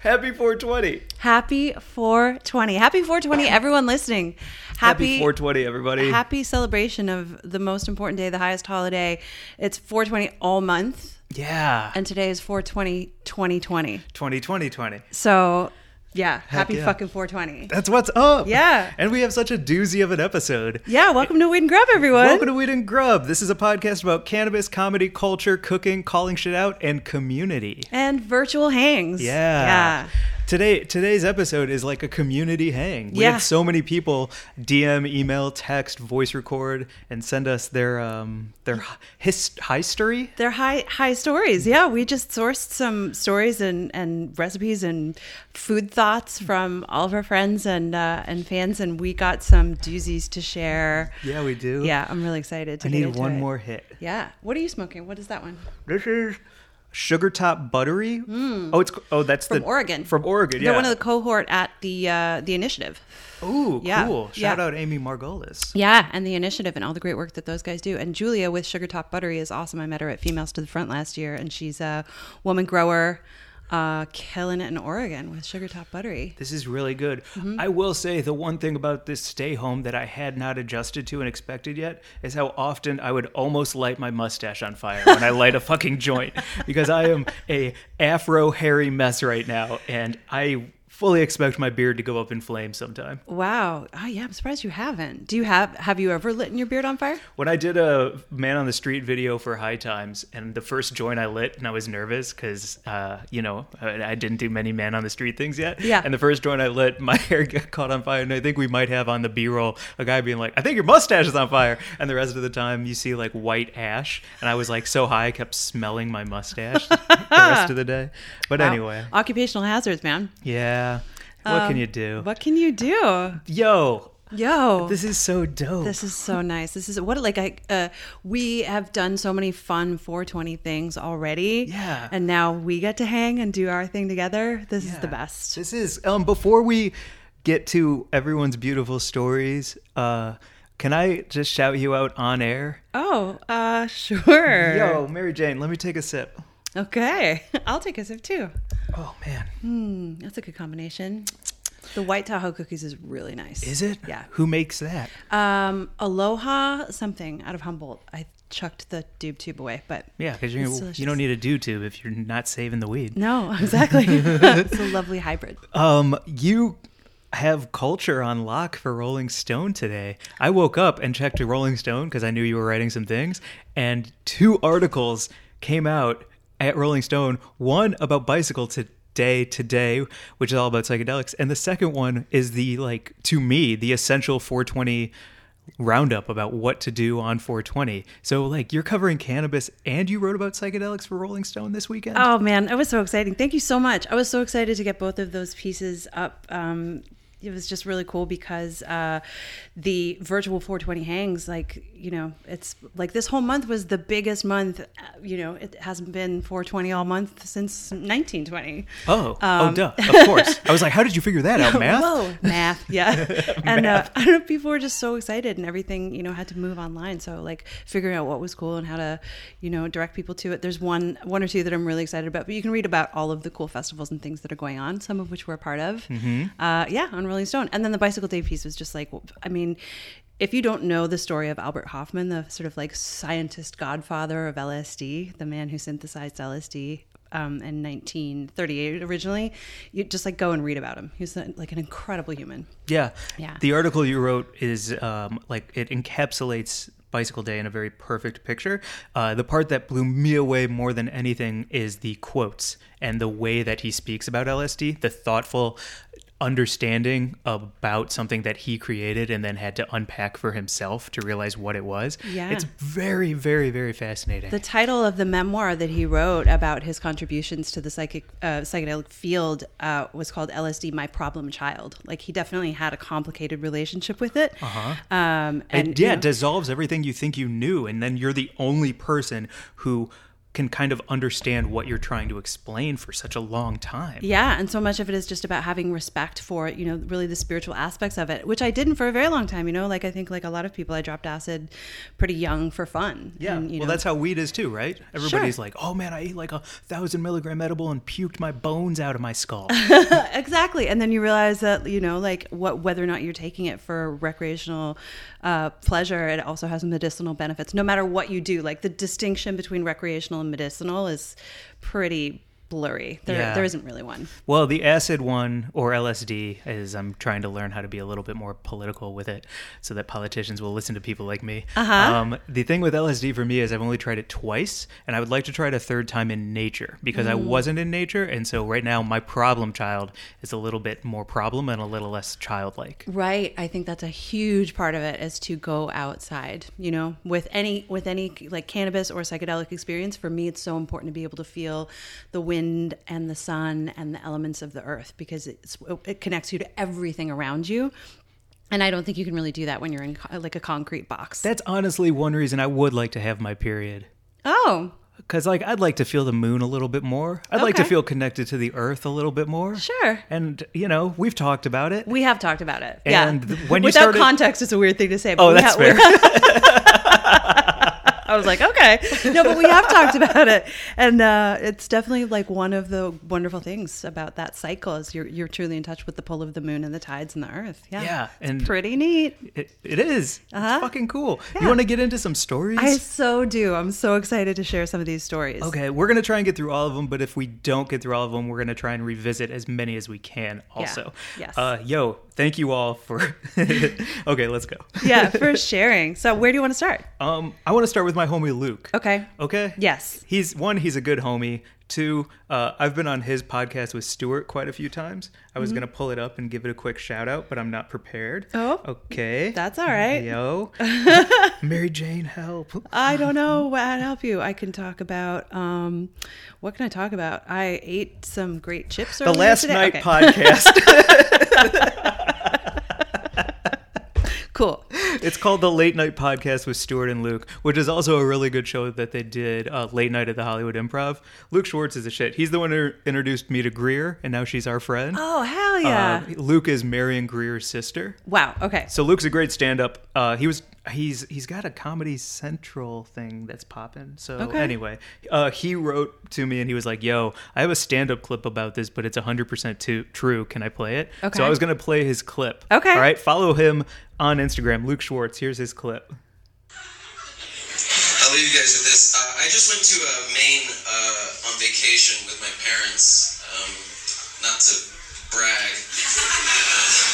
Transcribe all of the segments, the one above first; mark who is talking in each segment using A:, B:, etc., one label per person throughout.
A: Happy 420.
B: Happy 420. Happy 420, everyone listening.
A: Happy,
B: Happy
A: 420, everybody.
B: happy celebration of the most important day, the highest holiday. It's 420 all month,
A: yeah.
B: and today is 420 2020.
A: 2020 20.
B: So, yeah, happy
A: yeah.
B: fucking 420.
A: That's what's up.
B: Yeah.
A: And we have such a doozy of an episode.
B: Yeah, welcome to Weed and Grub, everyone.
A: Welcome to Weed and Grub. This is a podcast about cannabis, comedy, culture, cooking, calling shit out, and community.
B: and virtual hangs.
A: Yeah. Today today's episode is like a community hang. We
B: Yeah.
A: had so many people DM, email, text, voice record, and send us their um their his history.
B: They're high high
A: Mm-hmm.
B: stories. Yeah, we just sourced some stories and, and recipes and food thoughts
A: Mm-hmm.
B: from all of our friends and uh, and fans, and we got some doozies to share.
A: Yeah, we do.
B: Yeah, I'm really excited to
A: I
B: get
A: need
B: into
A: one
B: it.
A: more hit.
B: Yeah. What are you smoking? What is that one?
A: This is Sugar Top Buttery. Oh, it's oh that's
B: Mm. From
A: the
B: Oregon.
A: From Oregon, yeah.
B: They're one of the cohort at the uh, the initiative.
A: Ooh,
B: Yeah,
A: cool.
B: yeah.
A: Shout out Amy Margolis.
B: Yeah, and the initiative and all the great work that those guys do. And Julia with Sugar Top Buttery is awesome. I met her at Females to the Front last year, and she's a woman grower, uh, killing it in Oregon with Sugar Top Buttery.
A: This is really good. I will say the one thing about this stay home that I had not adjusted to and expected yet is how often I would almost light my mustache on fire when I light a fucking joint because I am a afro hairy mess right now and I fully expect my beard to go up in flames sometime.
B: Wow. Oh yeah, I'm surprised you haven't. Do you have have you ever lit your beard on fire?
A: When I did a man on the street video for High Times, and the first joint I lit, and I was nervous because, uh, you know, I I didn't do many man on the street things yet.
B: Yeah.
A: And the first joint I lit, my hair got caught on fire, and I think we might have on the B roll a guy being like, "I think your mustache is on fire," and the rest of the time you see like white ash, and I was like so high, I kept smelling my mustache the rest of the day. But
B: Wow.
A: anyway,
B: Occupational hazards, man.
A: yeah. What can you do?
B: Um, What can you do?
A: Yo,
B: Yo.
A: this is so dope.
B: This is so nice. This is what like I uh, we have done so many fun 420 things already.
A: Yeah.
B: And now we get to hang and do our thing together. This is the
A: Yeah.
B: best.
A: This is um before we get to everyone's beautiful stories, uh can I just shout you out on air?
B: Oh, uh sure.
A: Yo, Mary Jane, let me take a sip.
B: Okay. I'll take a sip too.
A: Oh man.
B: That's a good combination. The white Tahoe cookies is really nice.
A: Is it?
B: Yeah.
A: Who makes that?
B: Um, Aloha something out of Humboldt. I chucked the dube tube away, but
A: Yeah, because
B: It's
A: you
B: delicious.
A: you don't need a do tube if you're not saving the weed.
B: no, exactly. it's a lovely hybrid.
A: Um, you have culture on lock for Rolling Stone today. I woke up and checked to Rolling Stone because I knew you were writing some things, and two articles came out at Rolling Stone. One about bicycle today, today, which is all about psychedelics, and the second one is the like to me the essential 420 roundup about what to do on 420. So like you're covering cannabis and you wrote about psychedelics for Rolling Stone this weekend.
B: Oh man, it was so exciting. Thank you so much. I was so excited to get both of those pieces up. Um, it was just really cool because uh, the virtual 420 hangs, like you know, it's like this whole month was the biggest month. uh, You know, it hasn't been 420 all month since 1920.
A: Oh, oh,
B: Um.
A: duh, of course. I was like, how did you figure that out, math?
B: Whoa, math, yeah. and uh, I don't know, people were just so excited, and everything, you know, had to move online. So like figuring out what was cool and how to, you know, direct people to it. There's one, one or two that I'm really excited about, but you can read about all of the cool festivals and things that are going on, some of which we're a part of. Uh, yeah, on Rolling Stone, and then the Bicycle Day piece was just like, I mean. If you don't know the story of Albert Hoffman, the sort of like scientist godfather of LSD, the man who synthesized LSD um, in 1938 originally. You just like go and read about him. He's uh, like an incredible human.
A: Yeah.
B: Yeah.
A: The article you wrote is um, like it encapsulates Bicycle Day in a very perfect picture. Uh, the part that blew me away more than anything is the quotes and the way that he speaks about LSD, the thoughtful understanding about something that he created and then had to unpack for himself to realize what it was.
B: Yeah.
A: It's very, very, very fascinating.
B: The title of the memoir that he wrote about his contributions to the psychic uh, psychedelic field uh, was called "LSD: My Problem Child." Like he definitely had a complicated relationship with it. Uh-huh. Um, and
A: it,
B: you
A: yeah,
B: know-
A: it dissolves everything you think you knew, and then you're the only person who can kind of understand what you're trying to explain for such a long time.
B: Yeah, and so much of it is just about having respect for, you know, really the spiritual aspects of it, which I didn't for a very long time, you know, like I think like a lot of people I dropped acid pretty young for fun.
A: Yeah.
B: And, you
A: well,
B: know,
A: that's how weed is too, right? Everybody's like, "Oh man, I ate like a thousand milligram edible and puked my bones out of my skull."
B: exactly. And then you realize that, you know, like what whether or not you're taking it for recreational uh, pleasure, it also has medicinal benefits. No matter what you do, like the distinction between recreational and medicinal is pretty blurry. There
A: Yeah.
B: there isn't really one.
A: well, the acid one or LSD is. I'm trying to learn how to be a little bit more political with it, so that politicians will listen to people like me. Uh-huh. Um, the thing with LSD for me is I've only tried it twice, and I would like to try it a third time in nature because I wasn't in nature, and so right now my problem child is a little bit more problem and a little less childlike.
B: Right. I think that's a huge part of it is to go outside, you know, with any with any like cannabis or psychedelic experience. For me, it's so important to be able to feel the wind and the sun and the elements of the earth because it's, it connects you to everything around you. And I don't think you can really do that when you're in co- like a concrete box.
A: That's honestly one reason I would like to have my period.
B: oh,
A: Cause like I'd like to feel the moon a little bit more. I'd like to
B: Okay.
A: feel connected to the earth a little bit more.
B: Sure.
A: And you know we've talked about it.
B: we have talked about it.
A: And
B: yeah.
A: th- when you
B: Without
A: started-
B: context, it's a weird thing to say. But
A: oh,
B: we
A: that's
B: ha- we
A: fair.
B: I was like, okay, no, but we have talked about it, and uh, it's definitely like one of the wonderful things about that cycle is you're you're truly in touch with the pull of the moon and the tides and the earth. Yeah,
A: Yeah,
B: It's
A: and-
B: pretty neat.
A: It- it is.
B: Uh-huh.
A: It's fucking cool. You
B: Yeah.
A: want to get into some stories?
B: I so do. I'm so excited to share some of these stories.
A: Okay, we're gonna try and get through all of them, but if we don't get through all of them, we're gonna try and revisit as many as we can. Also,
B: Yes.
A: Uh, yo, thank you all for. okay, let's go.
B: yeah, for sharing. So, where do you want to start?
A: Um, I want to start with my homie Luke.
B: Okay.
A: Oh, Okay.
B: Yes.
A: He's one. He's a good homie. Two. Uh, I've been on his podcast with Stuart quite a few times. I
B: Mm-hmm.
A: was gonna pull it up and give it a quick shout out, but I'm not prepared.
B: Oh.
A: Okay.
B: That's all right.
A: Yo. Mary Jane, help.
B: I don't know what I'd help you. I can talk about um, what can I talk about? I ate some great chips.
A: The last
B: today.
A: night
B: Okay.
A: podcast.
B: Cool.
A: it's called the Late Night Podcast with Stuart and Luke, which is also a really good show that they did uh, late night at the Hollywood Improv. Luke Schwartz is a shit. He's the one who introduced me to Greer, and now she's our friend.
B: Oh hell yeah!
A: Uh, Luke is Marion Greer's sister.
B: wow. Okay.
A: So Luke's a great stand-up. Uh, he was he's he's got a Comedy Central thing that's popping. So
B: Okay.
A: anyway, uh, he wrote to me and he was like, "Yo, I have a stand-up clip about this, but it's 100% too, true. Can I play it?"
B: Okay.
A: So I was gonna play his clip.
B: Okay.
A: All right. Follow him on Instagram, Luke Schwartz. Here's his clip.
C: I'll leave you guys with this. Uh, I just went to uh, Maine uh, on vacation with my parents. Um, not to brag.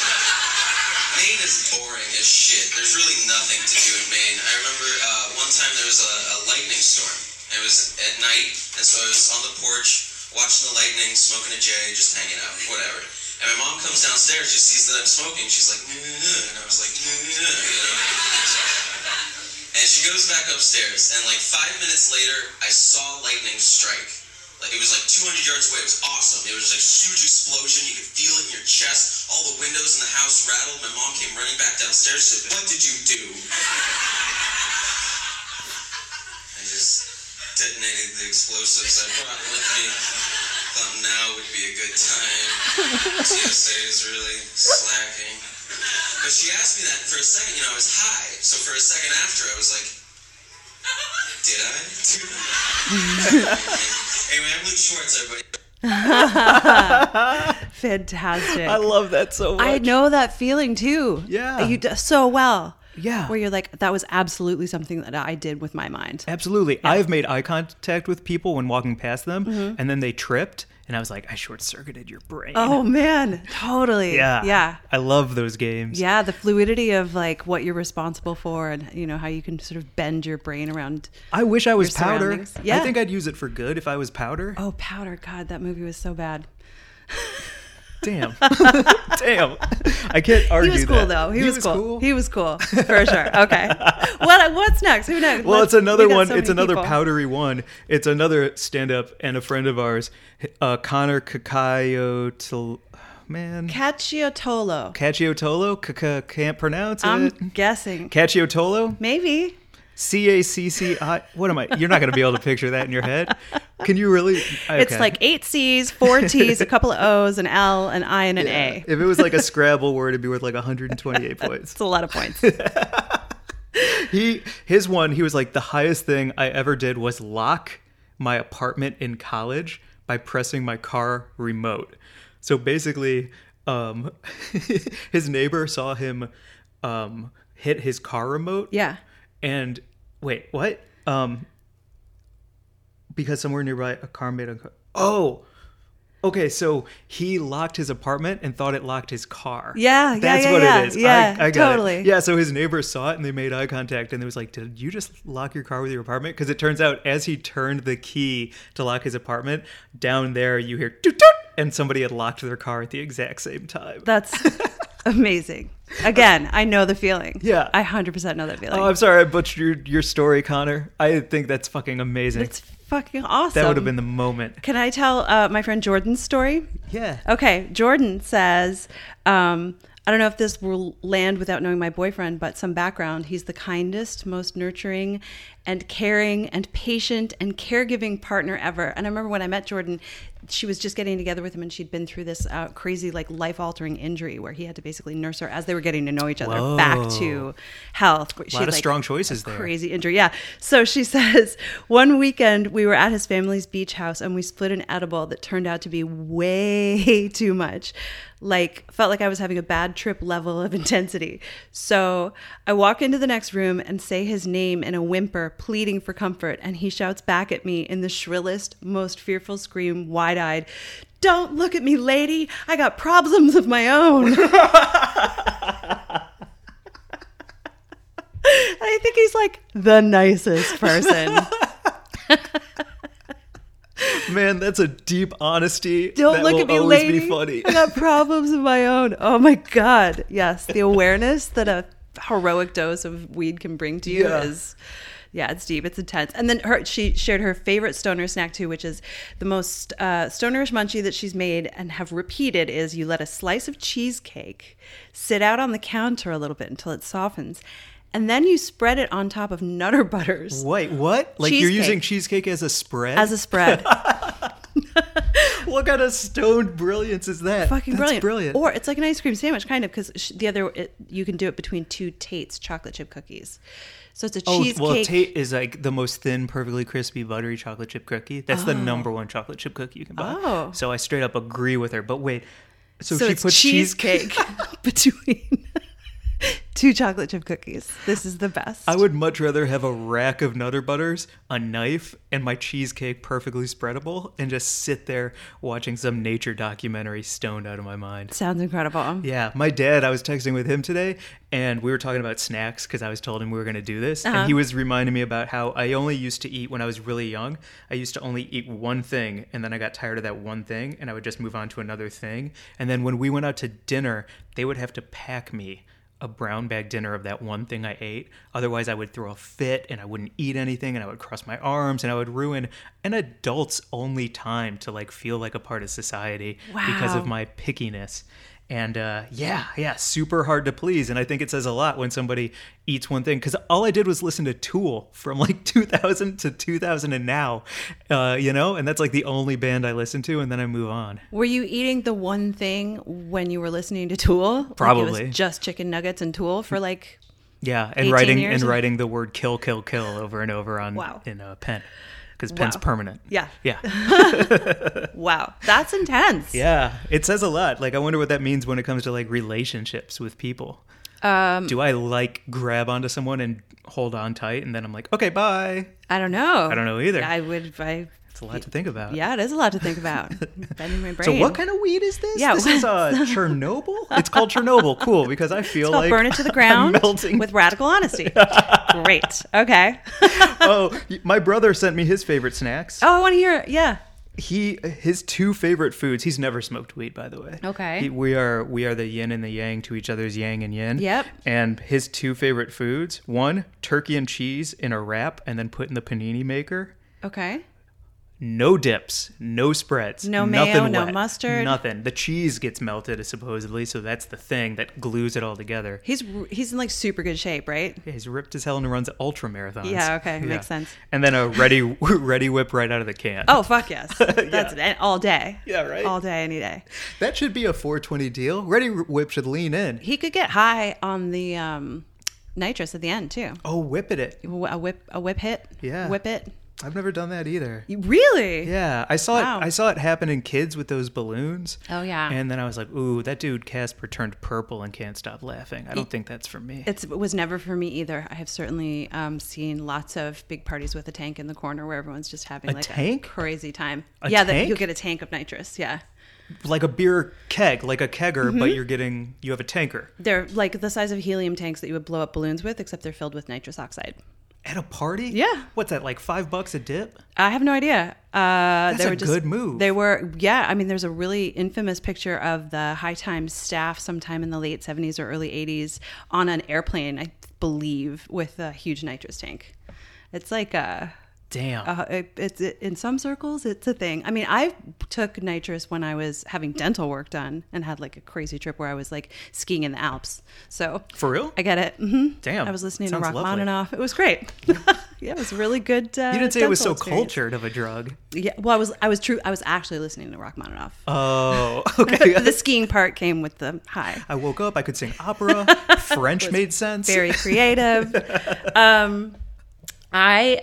C: Maine is boring as shit. There's really nothing to do in Maine. I remember uh, one time there was a, a lightning storm. It was at night, and so I was on the porch watching the lightning, smoking a J, just hanging out, whatever. And my mom comes downstairs, she sees that I'm smoking, she's like, "Nuh, nuh, nuh," and I was like, "Nuh, nuh, nuh," you know? And she goes back upstairs, and like five minutes later, I saw lightning strike. Like it was like 200 yards away. It was awesome. It was like huge explosion. You could feel it in your chest. All the windows in the house rattled. My mom came running back downstairs. She said, "What did you do?" I just detonated the explosives I brought with me. Thought now would be a good time. TSA is really slacking. But she asked me that, and for a second, you know, I was high. So for a second after, I was like, did I? do that?" anyway, I'm Luke Schwartz, everybody.
B: Fantastic.
A: I love that so much.
B: I know that feeling too.
A: Yeah.
B: You do so well.
A: Yeah.
B: Where you're like, that was absolutely something that I did with my mind.
A: Absolutely. I've made eye contact with people when walking past them, and then they tripped, and I was like, I short circuited your brain.
B: Mm-hmm. Oh man, totally.
A: yeah.
B: Yeah.
A: I love those games.
B: Yeah, the fluidity of like what you're responsible for and you know how you can sort of bend your brain around
A: I wish I was
B: Your
A: powder.
B: surroundings. Yeah.
A: I think I'd use it for good if I was powder.
B: Oh, powder. God, that movie was so bad.
A: Damn. Damn. I can't
B: He
A: argue
B: was cool
A: that.
B: though. He, was, cool. He was cool for sure. Okay. what what's next? Who knows?
A: well,
B: Let's-
A: it's another
B: we got
A: one.
B: so
A: it's
B: many
A: another
B: people.
A: powdery one. It's another stand-up and a friend of ours, uh, Connor Cacayo. Man,
B: Cacciatolo.
A: Cacciotolo. C- can't pronounce
B: I'm
A: it.
B: guessing.
A: Cacciotolo.
B: Maybe.
A: C A C C I. What am I? You're not going to be able to picture that in your head. Can you really?
B: It's
A: okay.
B: like eight C's, four T's, a couple of O's, an L, an I, and an
A: Yeah.
B: A.
A: If it was like a Scrabble word, it'd be worth like 128 points.
B: It's a lot of points.
A: he his one he was like the highest thing i ever did was lock my apartment in college by pressing my car remote so basically um his neighbor saw him um hit his car remote
B: yeah.
A: and wait what um because somewhere nearby a car made a oh Okay, so he locked his apartment and thought it locked his car.
B: Yeah, yeah,
A: that's
B: yeah,
A: what
B: yeah,
A: it is.
B: yeah,
A: I, I got it.
B: totally.
A: Yeah, so his neighbor saw it and they made eye contact and they was like, "Did you just lock your car with your apartment?" Because it turns out as he turned the key to lock his apartment, down there you hear toot toot, and somebody had locked their car at the exact same time.
B: That's amazing. Again, I know the feeling.
A: Yeah.
B: I 100% know that feeling.
A: Oh, I'm sorry, I butchered your, your story, Connor. I think that's fucking amazing.
B: it's fucking awesome.
A: that would have been the moment.
B: Can I tell uh, my friend Jordan's story?
A: Yeah.
B: Okay, Jordan says, um, I don't know if this will land without knowing my boyfriend, but some background. He's the kindest, most nurturing, and caring, and patient, and caregiving partner ever. And I remember when I met Jordan, she was just getting together with him, and she'd been through this uh, crazy, like life altering injury where he had to basically nurse her as they were getting to know each other back to health. A
A: of strong choices there.
B: crazy injury. Yeah. So she says one weekend we were at his family's beach house and we split an edible that turned out to be way too much. Like felt like I was having a bad trip level of intensity. So I walk into the next room and say his name in a whimper, pleading for comfort, and he shouts back at me in the shrillest, most fearful scream, wide-eyed, "Don't look at me, lady. I got problems of my own." And I think he's like the nicest person.
A: Man, that's a deep honesty.
B: Don't
A: that
B: look
A: will
B: at me,
A: always
B: lady.
A: Be funny.
B: I got problems of my own. Oh my god! Yes, the awareness that a heroic dose of weed can bring to you
A: Yeah.
B: is, yeah, it's deep, it's intense. And then her, she shared her favorite stoner snack too, which is the most uh, stonerish munchie that she's made and have repeated is you let a slice of cheesecake sit out on the counter a little bit until it softens, and then you spread it on top of Nutter Butters.
A: Wait, what? Like you're
B: Cheesecake.
A: using cheesecake as a spread?
B: As a spread,
A: what kind of stoned brilliance is that?
B: fucking
A: That's
B: brilliant.
A: brilliant.
B: Or it's like an ice cream sandwich, kind of, because the other it, you can do it between two Tate's chocolate chip cookies. So it's a
A: oh,
B: cheesecake.
A: well, Tate is like the most thin, perfectly crispy, buttery chocolate chip cookie. That's the number one chocolate chip cookie you can buy.
B: Oh.
A: So I straight up agree with her. But wait, so,
B: so
A: she
B: it's
A: puts
B: cheesecake between two chocolate chip cookies. This is the best.
A: I would much rather have a rack of Nutter Butters, a knife, and my cheesecake perfectly spreadable, and just sit there watching some nature documentary stoned out of my mind.
B: Sounds incredible.
A: Yeah, my dad, I was texting with him today and we were talking about snacks because I was told him we were going to do this. And he was reminding me about how I only used to eat when I was really young. I used to only eat one thing and then I got tired of that one thing and I would just move on to another thing. And then when we went out to dinner, they would have to pack me a brown bag dinner of that one thing I ate. Otherwise, I would throw a fit and I wouldn't eat anything and I would cross my arms and I would ruin an adult's only time to like feel like a part of society because
B: Wow.
A: of my pickiness. And uh, yeah, yeah, super hard to please. And I think it says a lot when somebody eats one thing. Because all I did was listen to Tool from like 2000 to 2000 and now, uh, you know? And that's like the only band I listen to. And then I move on.
B: Were you eating the one thing when you were listening to Tool? Like it
A: Probably.
B: was just chicken nuggets and Tool for like.
A: Yeah.
B: 18
A: And writing
B: years
A: and
B: of-
A: writing the word kill, kill, kill over and over on
B: Wow.
A: in a pen. Because pen's
B: Wow.
A: permanent.
B: Yeah.
A: Yeah.
B: Wow, that's intense.
A: Yeah. It says a lot. Like, I wonder what that means when it comes to like relationships with people.
B: Um,
A: Do I like grab onto someone and hold on tight, and then I'm like, okay, bye?
B: I don't know. I
A: don't know either.
B: I would. I,
A: It's a lot to think about.
B: yeah, it is a lot to think about. Bending my brain.
A: So what kind of weed is this?
B: Yeah,
A: this is uh, Chernobyl. It's called Chernobyl. Cool, because I feel
B: I'll
A: like
B: burn it to the
A: I'm
B: ground
A: melting.
B: with radical honesty. Great. Okay.
A: oh, y- my brother sent me his favorite snacks.
B: Oh, I want to hear it. Yeah.
A: He his two favorite foods. He's never smoked weed, by the way.
B: Okay.
A: He- we are we are the yin and the yang to each other's yang and yin.
B: Yep.
A: And his two favorite foods: one, turkey and cheese in a wrap, and then put in the panini maker.
B: Okay.
A: No dips, no spreads,
B: No
A: nothing
B: mayo, no
A: wet,
B: mustard.
A: nothing. The cheese gets melted supposedly, so that's the thing that glues it all together.
B: He's he's in like super good shape, right?
A: Yeah, he's ripped as hell and runs ultra marathons.
B: Yeah, okay, makes sense.
A: And then a ready ready whip right out of the can.
B: Oh fuck yes, that's it. all day.
A: Yeah, right?
B: All day, any day.
A: That should be a 420 deal. Ready whip should lean in.
B: He could get high on the um, nitrous at the end too.
A: Oh, whip it it.
B: Wh- A whip, a whip hit.
A: Yeah.
B: whip it.
A: I've never done that either.
B: You- Really?
A: Yeah, I saw
B: Wow.
A: it. I saw it happen in kids with those balloons.
B: Oh, yeah.
A: And then I was like, "Ooh, that dude Casper turned purple and can't stop laughing. I don't think that's for me."
B: It's, it was never for me either. I have certainly um, seen lots of big parties with a tank in the corner where everyone's just having
A: A
B: like
A: tank?
B: a crazy time.
A: A
B: yeah,
A: tank?
B: that you'll get a tank of nitrous. Yeah,
A: like a beer keg, like a kegger,
B: Mm-hmm.
A: but you're getting you have a tanker
B: they're like the size of helium tanks that you would blow up balloons with, except they're filled with nitrous oxide.
A: at a party.
B: Yeah.
A: what's that like? Five bucks a dip?
B: I have no idea. Uh,
A: That's
B: they
A: a
B: were just,
A: good move.
B: They were, yeah. I mean, there's a really infamous picture of the High Times staff sometime in the late 70s or early 80s on an airplane, I believe, with a huge nitrous tank. It's like a.
A: Damn.
B: Uh, it, it's it, in some circles, it's a thing. I mean, I took nitrous when I was having dental work done and had like a crazy trip where I was like skiing in the Alps. So
A: For real?
B: I get it. hmm
A: Damn.
B: I was listening
A: Sounds
B: to
A: lovely.
B: Rachmaninoff. It was great. yeah, it was really good. Uh,
A: You didn't say it was so
B: dental experience.
A: cultured of a drug.
B: Yeah, well, I was I was true. I was actually listening to Rachmaninoff.
A: Oh, okay.
B: the skiing part came with the high.
A: I woke up. I could sing opera. French made sense.
B: Very creative. um, I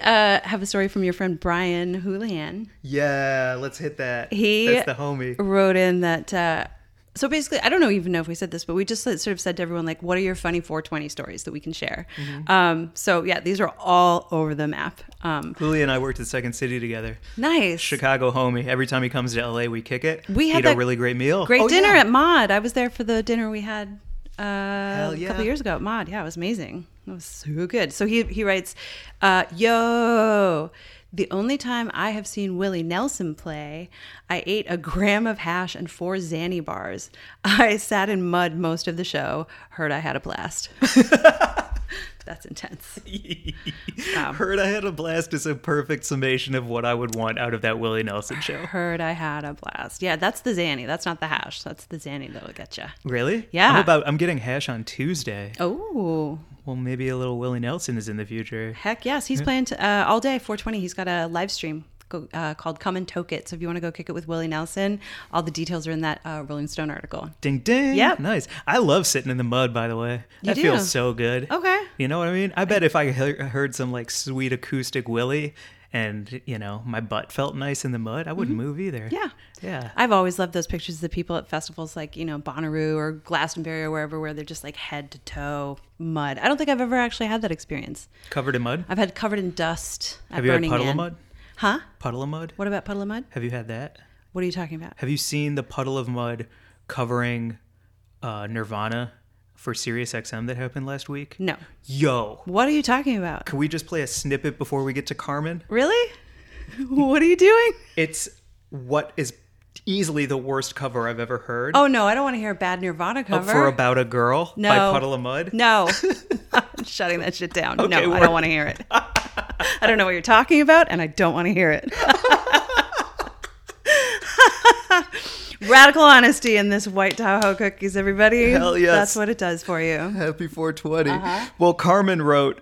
B: uh, have a story from your friend Brian Houlihan.
A: yeah, let's hit that.
B: He
A: That's the homie.
B: wrote in that. Uh, so basically, I don't know even know if we said this, but we just sort of said to everyone like, "What are your funny 420 stories that we can share?"
A: Mm-hmm.
B: Um, so yeah, these are all over the map. Um,
A: Julie and I worked at Second City together.
B: nice.
A: Chicago homie. Every time he comes to LA, we kick it.
B: We had
A: eat a
B: that
A: really great meal.
B: Great
A: Oh,
B: dinner
A: yeah.
B: at Mod. I was there for the dinner we had uh, a
A: yeah.
B: couple years ago at Mod. Yeah, it was amazing. It was so good. So he he writes, uh, "Yo, the only time I have seen Willie Nelson play, I ate a gram of hash and four Zanny bars. I sat in mud most of the show. Heard I had a blast. That's intense.
A: Heard I had a blast is a perfect summation of what I would want out of that Willie Nelson show.
B: Heard I had a blast. Yeah, that's the Zanny. That's not the hash. That's the Zanny that'll get you.
A: Really?
B: Yeah.
A: I'm about I'm getting hash on Tuesday.
B: Oh."
A: Well, maybe a little Willie Nelson is in the future.
B: Heck yes, he's playing t- uh, all day. 420. He's got a live stream go, uh, called "Come and Toke It." So if you want to go kick it with Willie Nelson, all the details are in that uh, Rolling Stone article.
A: Ding ding.
B: Yep.
A: Nice. I love sitting in the mud, by the way. that
B: do.
A: feels so good.
B: Okay.
A: You know what I mean? I bet if I he- heard some like sweet acoustic Willie and, you know, my butt felt nice in the mud, I wouldn't move either.
B: Mm-hmm. Yeah.
A: Yeah.
B: I've always loved those pictures of the people at festivals like, you know, Bonnaroo or Glastonbury or wherever, where they're just like head to toe mud. I don't think I've ever actually had that experience.
A: Covered in mud?
B: I've had covered in dust. At
A: Have you had
B: Burning
A: puddle
B: Man.
A: of mud?
B: Huh?
A: Puddle of mud?
B: What about puddle of mud?
A: Have you had that?
B: What are you talking about?
A: Have you seen the puddle of mud covering uh, Nirvana for Sirius XM that happened last week?
B: No.
A: Yo.
B: What are you talking about?
A: Can we just play a snippet before we get to Carmen?
B: Really? what are you doing?
A: It's what is easily the worst cover I've ever heard.
B: Oh no, I don't want to hear a bad Nirvana cover.
A: For About a Girl
B: No.
A: by Puddle of Mud.
B: No. I'm shutting that shit down.
A: Okay,
B: no, I
A: word.
B: don't want to hear it. I don't know what you're talking about, and I don't want to hear it. Radical honesty in this white Tahoe cookies, everybody.
A: Hell yes.
B: That's what it does for you.
A: Happy 420. Well, Carmen wrote.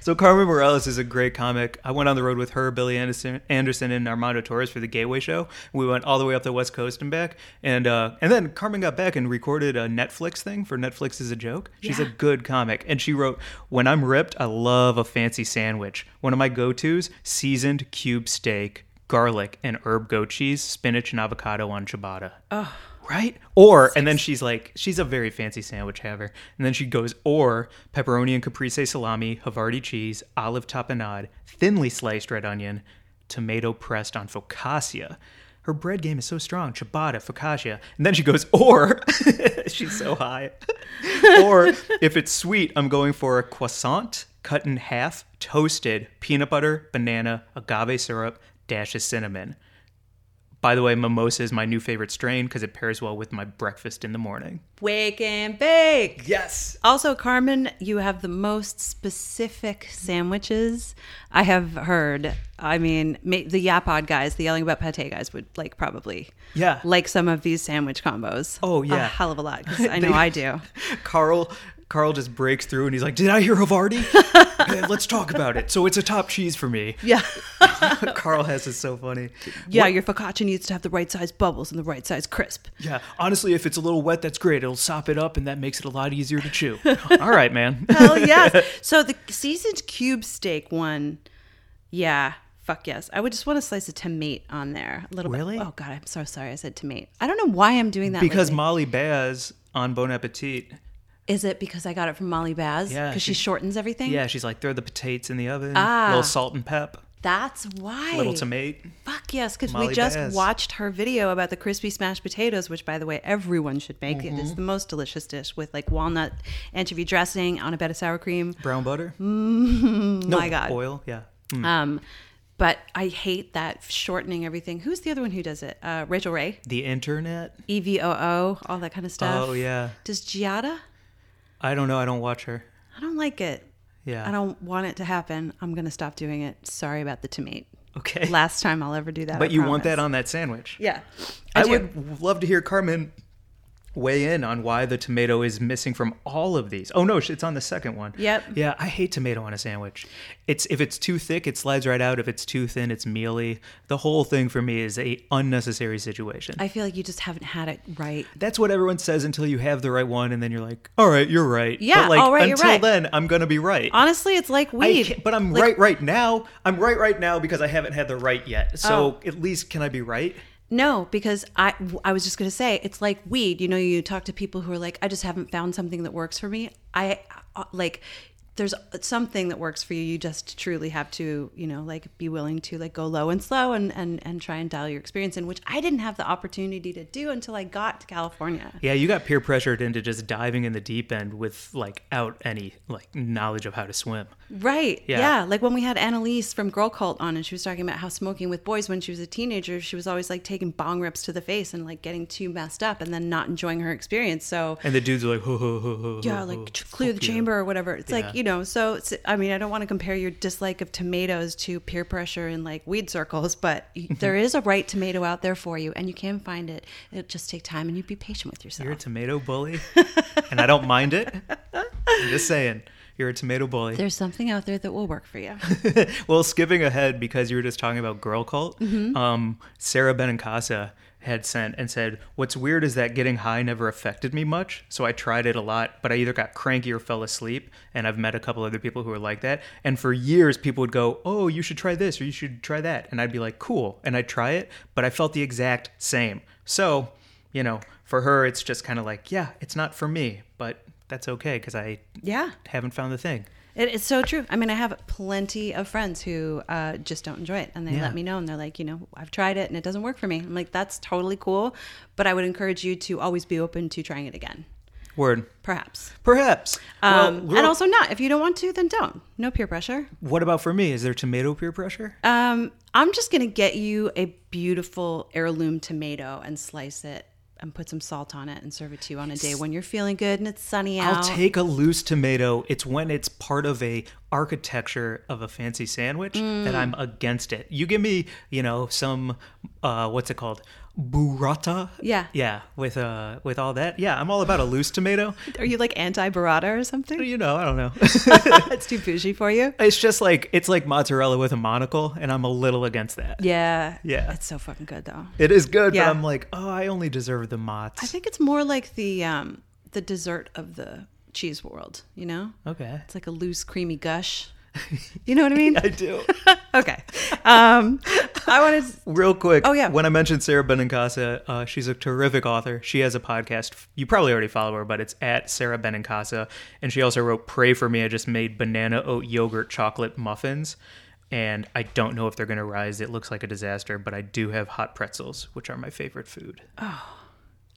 A: so Carmen Morales is a great comic. I went on the road with her, Billy Anderson, Anderson and Armando Torres for the Gateway Show. We went all the way up the West Coast and back, and uh, and then Carmen got back and recorded a Netflix thing for Netflix is a joke. She's a good comic, and she wrote, "When I'm ripped, I love a fancy sandwich. One of my go-tos: seasoned cube steak, garlic, and herb goat cheese, spinach, and avocado on ciabatta." Oh. right? Or and then she's like, she's a very fancy sandwich haver, and then she goes, or pepperoni and caprese salami, Havarti cheese, olive tapenade, thinly sliced red onion, tomato pressed on focaccia. Her bread game is so strong, ciabatta, focaccia, and then she goes, or she's so high. or if it's sweet, I'm going for a croissant, cut in half, toasted, peanut butter, banana, agave syrup, dashes cinnamon. By the way, mimosa is my new favorite strain because it pairs well with my breakfast in the morning.
B: Wake and bake.
A: Yes.
B: Also, Carmen, you have the most specific sandwiches I have heard. I mean, ma- the Yapod guys, the yelling about pate guys, would like probably
A: Yeah.
B: like some of these sandwich combos.
A: Oh,
B: a
A: yeah.
B: hell of a lot. 'cause I know I do.
A: Carl Carl just breaks through and he's like, "Did I hear Havarti? Eh, let's talk about it." So it's a top cheese for me.
B: Yeah,
A: Carl has is so funny.
B: yeah. Your focaccia needs to have the right size bubbles and the right size crisp.
A: Yeah, honestly, if it's a little wet, that's great. It'll sop it up, and that makes it a lot easier to chew. All right, man.
B: Hell yes. So the seasoned cube steak one, yeah, fuck yes. I would just want to slice a tomate on there a little
A: Really?
B: bit. Oh god, I'm so sorry I said tomate. I don't know why I'm doing that.
A: because
B: lately.
A: Molly Baz on Bon Appetit,
B: is it because I got it from Molly Baz?
A: Yeah,
B: because she,
A: she-
B: shortens everything.
A: yeah, she's like, throw the potatoes in the oven,
B: Ah.
A: a little salt and pep,
B: that's why.
A: a little tomato.
B: Fuck yes, because we
A: Molly
B: just
A: Baez.
B: watched her video about the crispy smashed potatoes, which, by the way, everyone should make. It
A: Mm-hmm.
B: is the most delicious dish with like walnut anchovy dressing on a bed of sour cream.
A: Brown butter? no,
B: Mm-hmm. my God.
A: Oil, yeah.
B: Um, but I hate that shortening everything. Who's the other one who does it? Uh, Rachel Ray,
A: The internet?
B: E V O O, all that kind of stuff.
A: Oh, yeah.
B: Does Giada?
A: I don't know. I don't watch her.
B: I don't like it.
A: Yeah.
B: I don't want it to happen. I'm gonna stop doing it. Sorry about the tomate.
A: Okay.
B: Last time I'll ever do that.
A: but
B: I
A: you want
B: promise.
A: that on that sandwich.
B: Yeah.
A: I,
B: do.
A: would love to hear Carmen weigh in on why the tomato is missing from all of these. Oh no, it's on the second one.
B: Yep.
A: Yeah, I hate tomato on a sandwich. It's if it's too thick, it slides right out. If it's too thin, it's mealy. The whole thing for me is a unnecessary situation.
B: I feel like you just haven't had it right.
A: That's what everyone says until you have the right one, and then you're like, "All right, you're right."
B: Yeah,
A: But like,
B: all right, you're
A: until
B: right.
A: then, I'm gonna be right.
B: Honestly, it's like
A: I
B: weed.
A: can't- but I'm
B: Like,
A: right right now. I'm right right now because I haven't had the right yet. So
B: Oh.
A: at least can I be right?
B: No, because I I was just gonna say it's like weed. You know, you talk to people who are like, I just haven't found something that works for me. I uh, like there's something that works for you. You just truly have to, you know, like be willing to like go low and slow and and and try and dial your experience in, which I didn't have the opportunity to do until I got to California.
A: Yeah, you got peer pressured into just diving in the deep end with like out any like knowledge of how to swim.
B: Right. Yeah.
A: Yeah.
B: Like when we had Annalise from Girl Cult on, and she was talking about how smoking with boys when she was a teenager, she was always like taking bong rips to the face and like getting too messed up and then not enjoying her experience. So
A: And the dudes are like, ho ho ho ho.
B: yeah,
A: ho,
B: like
A: ho,
B: ch- clear the
A: fuck you."
B: chamber or whatever. It's
A: Yeah.
B: like you know. So it's, I mean, I don't want to compare your dislike of tomatoes to peer pressure in like weed circles, but y- there is a right tomato out there for you, and you can find it. It'll just take time, and you be patient with yourself.
A: You're a tomato bully, and I don't mind it. I'm just saying, you're a tomato bully.
B: There's something out there that will work for you.
A: well, skipping ahead because you were just talking about girl cult.
B: Mm-hmm.
A: Um, Sarah Benincasa had sent and said, "What's weird is that getting high never affected me much. So I tried it a lot, but I either got cranky or fell asleep. And I've met a couple other people who are like that. And for years, people would go, "Oh, you should try this or you should try that," and I'd be like, "Cool," and I'd try it, but I felt the exact same. So, you know, for her, it's just kind of like, yeah, it's not for me, but that's okay because I
B: yeah.
A: haven't found the thing.
B: It is so true. I mean, I have plenty of friends who uh, just don't enjoy it, and they
A: Yeah.
B: let me know, and they're like, you know, I've tried it and it doesn't work for me. I'm like, that's totally cool, but I would encourage you to always be open to trying it again,
A: Word,
B: perhaps,
A: perhaps, Well,
B: um,
A: we're-
B: and also not. If you don't want to, then don't. No peer pressure.
A: What about for me? Is there tomato peer pressure?
B: Um, I'm just gonna get you a beautiful heirloom tomato and slice it. And put some salt on it and serve it to you on a day when you're feeling good and it's sunny out.
A: I'll take a loose tomato. It's when it's part of a architecture of a fancy sandwich
B: Mm.
A: that I'm against it. You give me, you know, some uh what's it called? Burrata?
B: Yeah.
A: Yeah, with uh with all that. Yeah, I'm all about a loose tomato.
B: Are you like anti burrata or something?
A: You know, I don't know.
B: That's too bougie for you.
A: it's just like it's like mozzarella with a monocle and I'm a little against that.
B: Yeah.
A: Yeah.
B: It's so fucking good though.
A: It is good,
B: Yeah.
A: but I'm like, "Oh, I only deserve the mozz."
B: I think it's more like the um, the dessert of the cheese world. You know,
A: okay.
B: it's like a loose, creamy gush. You know what I mean?
A: I do.
B: okay. Um, I wanted.
A: Real quick.
B: Oh, yeah.
A: When I mentioned Sarah Benincasa, uh, she's a terrific author. She has a podcast. You probably already follow her, but it's at Sarah Benincasa. And she also wrote Pray For Me. I just made banana oat yogurt chocolate muffins. And I don't know if they're going to rise. It looks like a disaster, but I do have hot pretzels, which are my favorite food.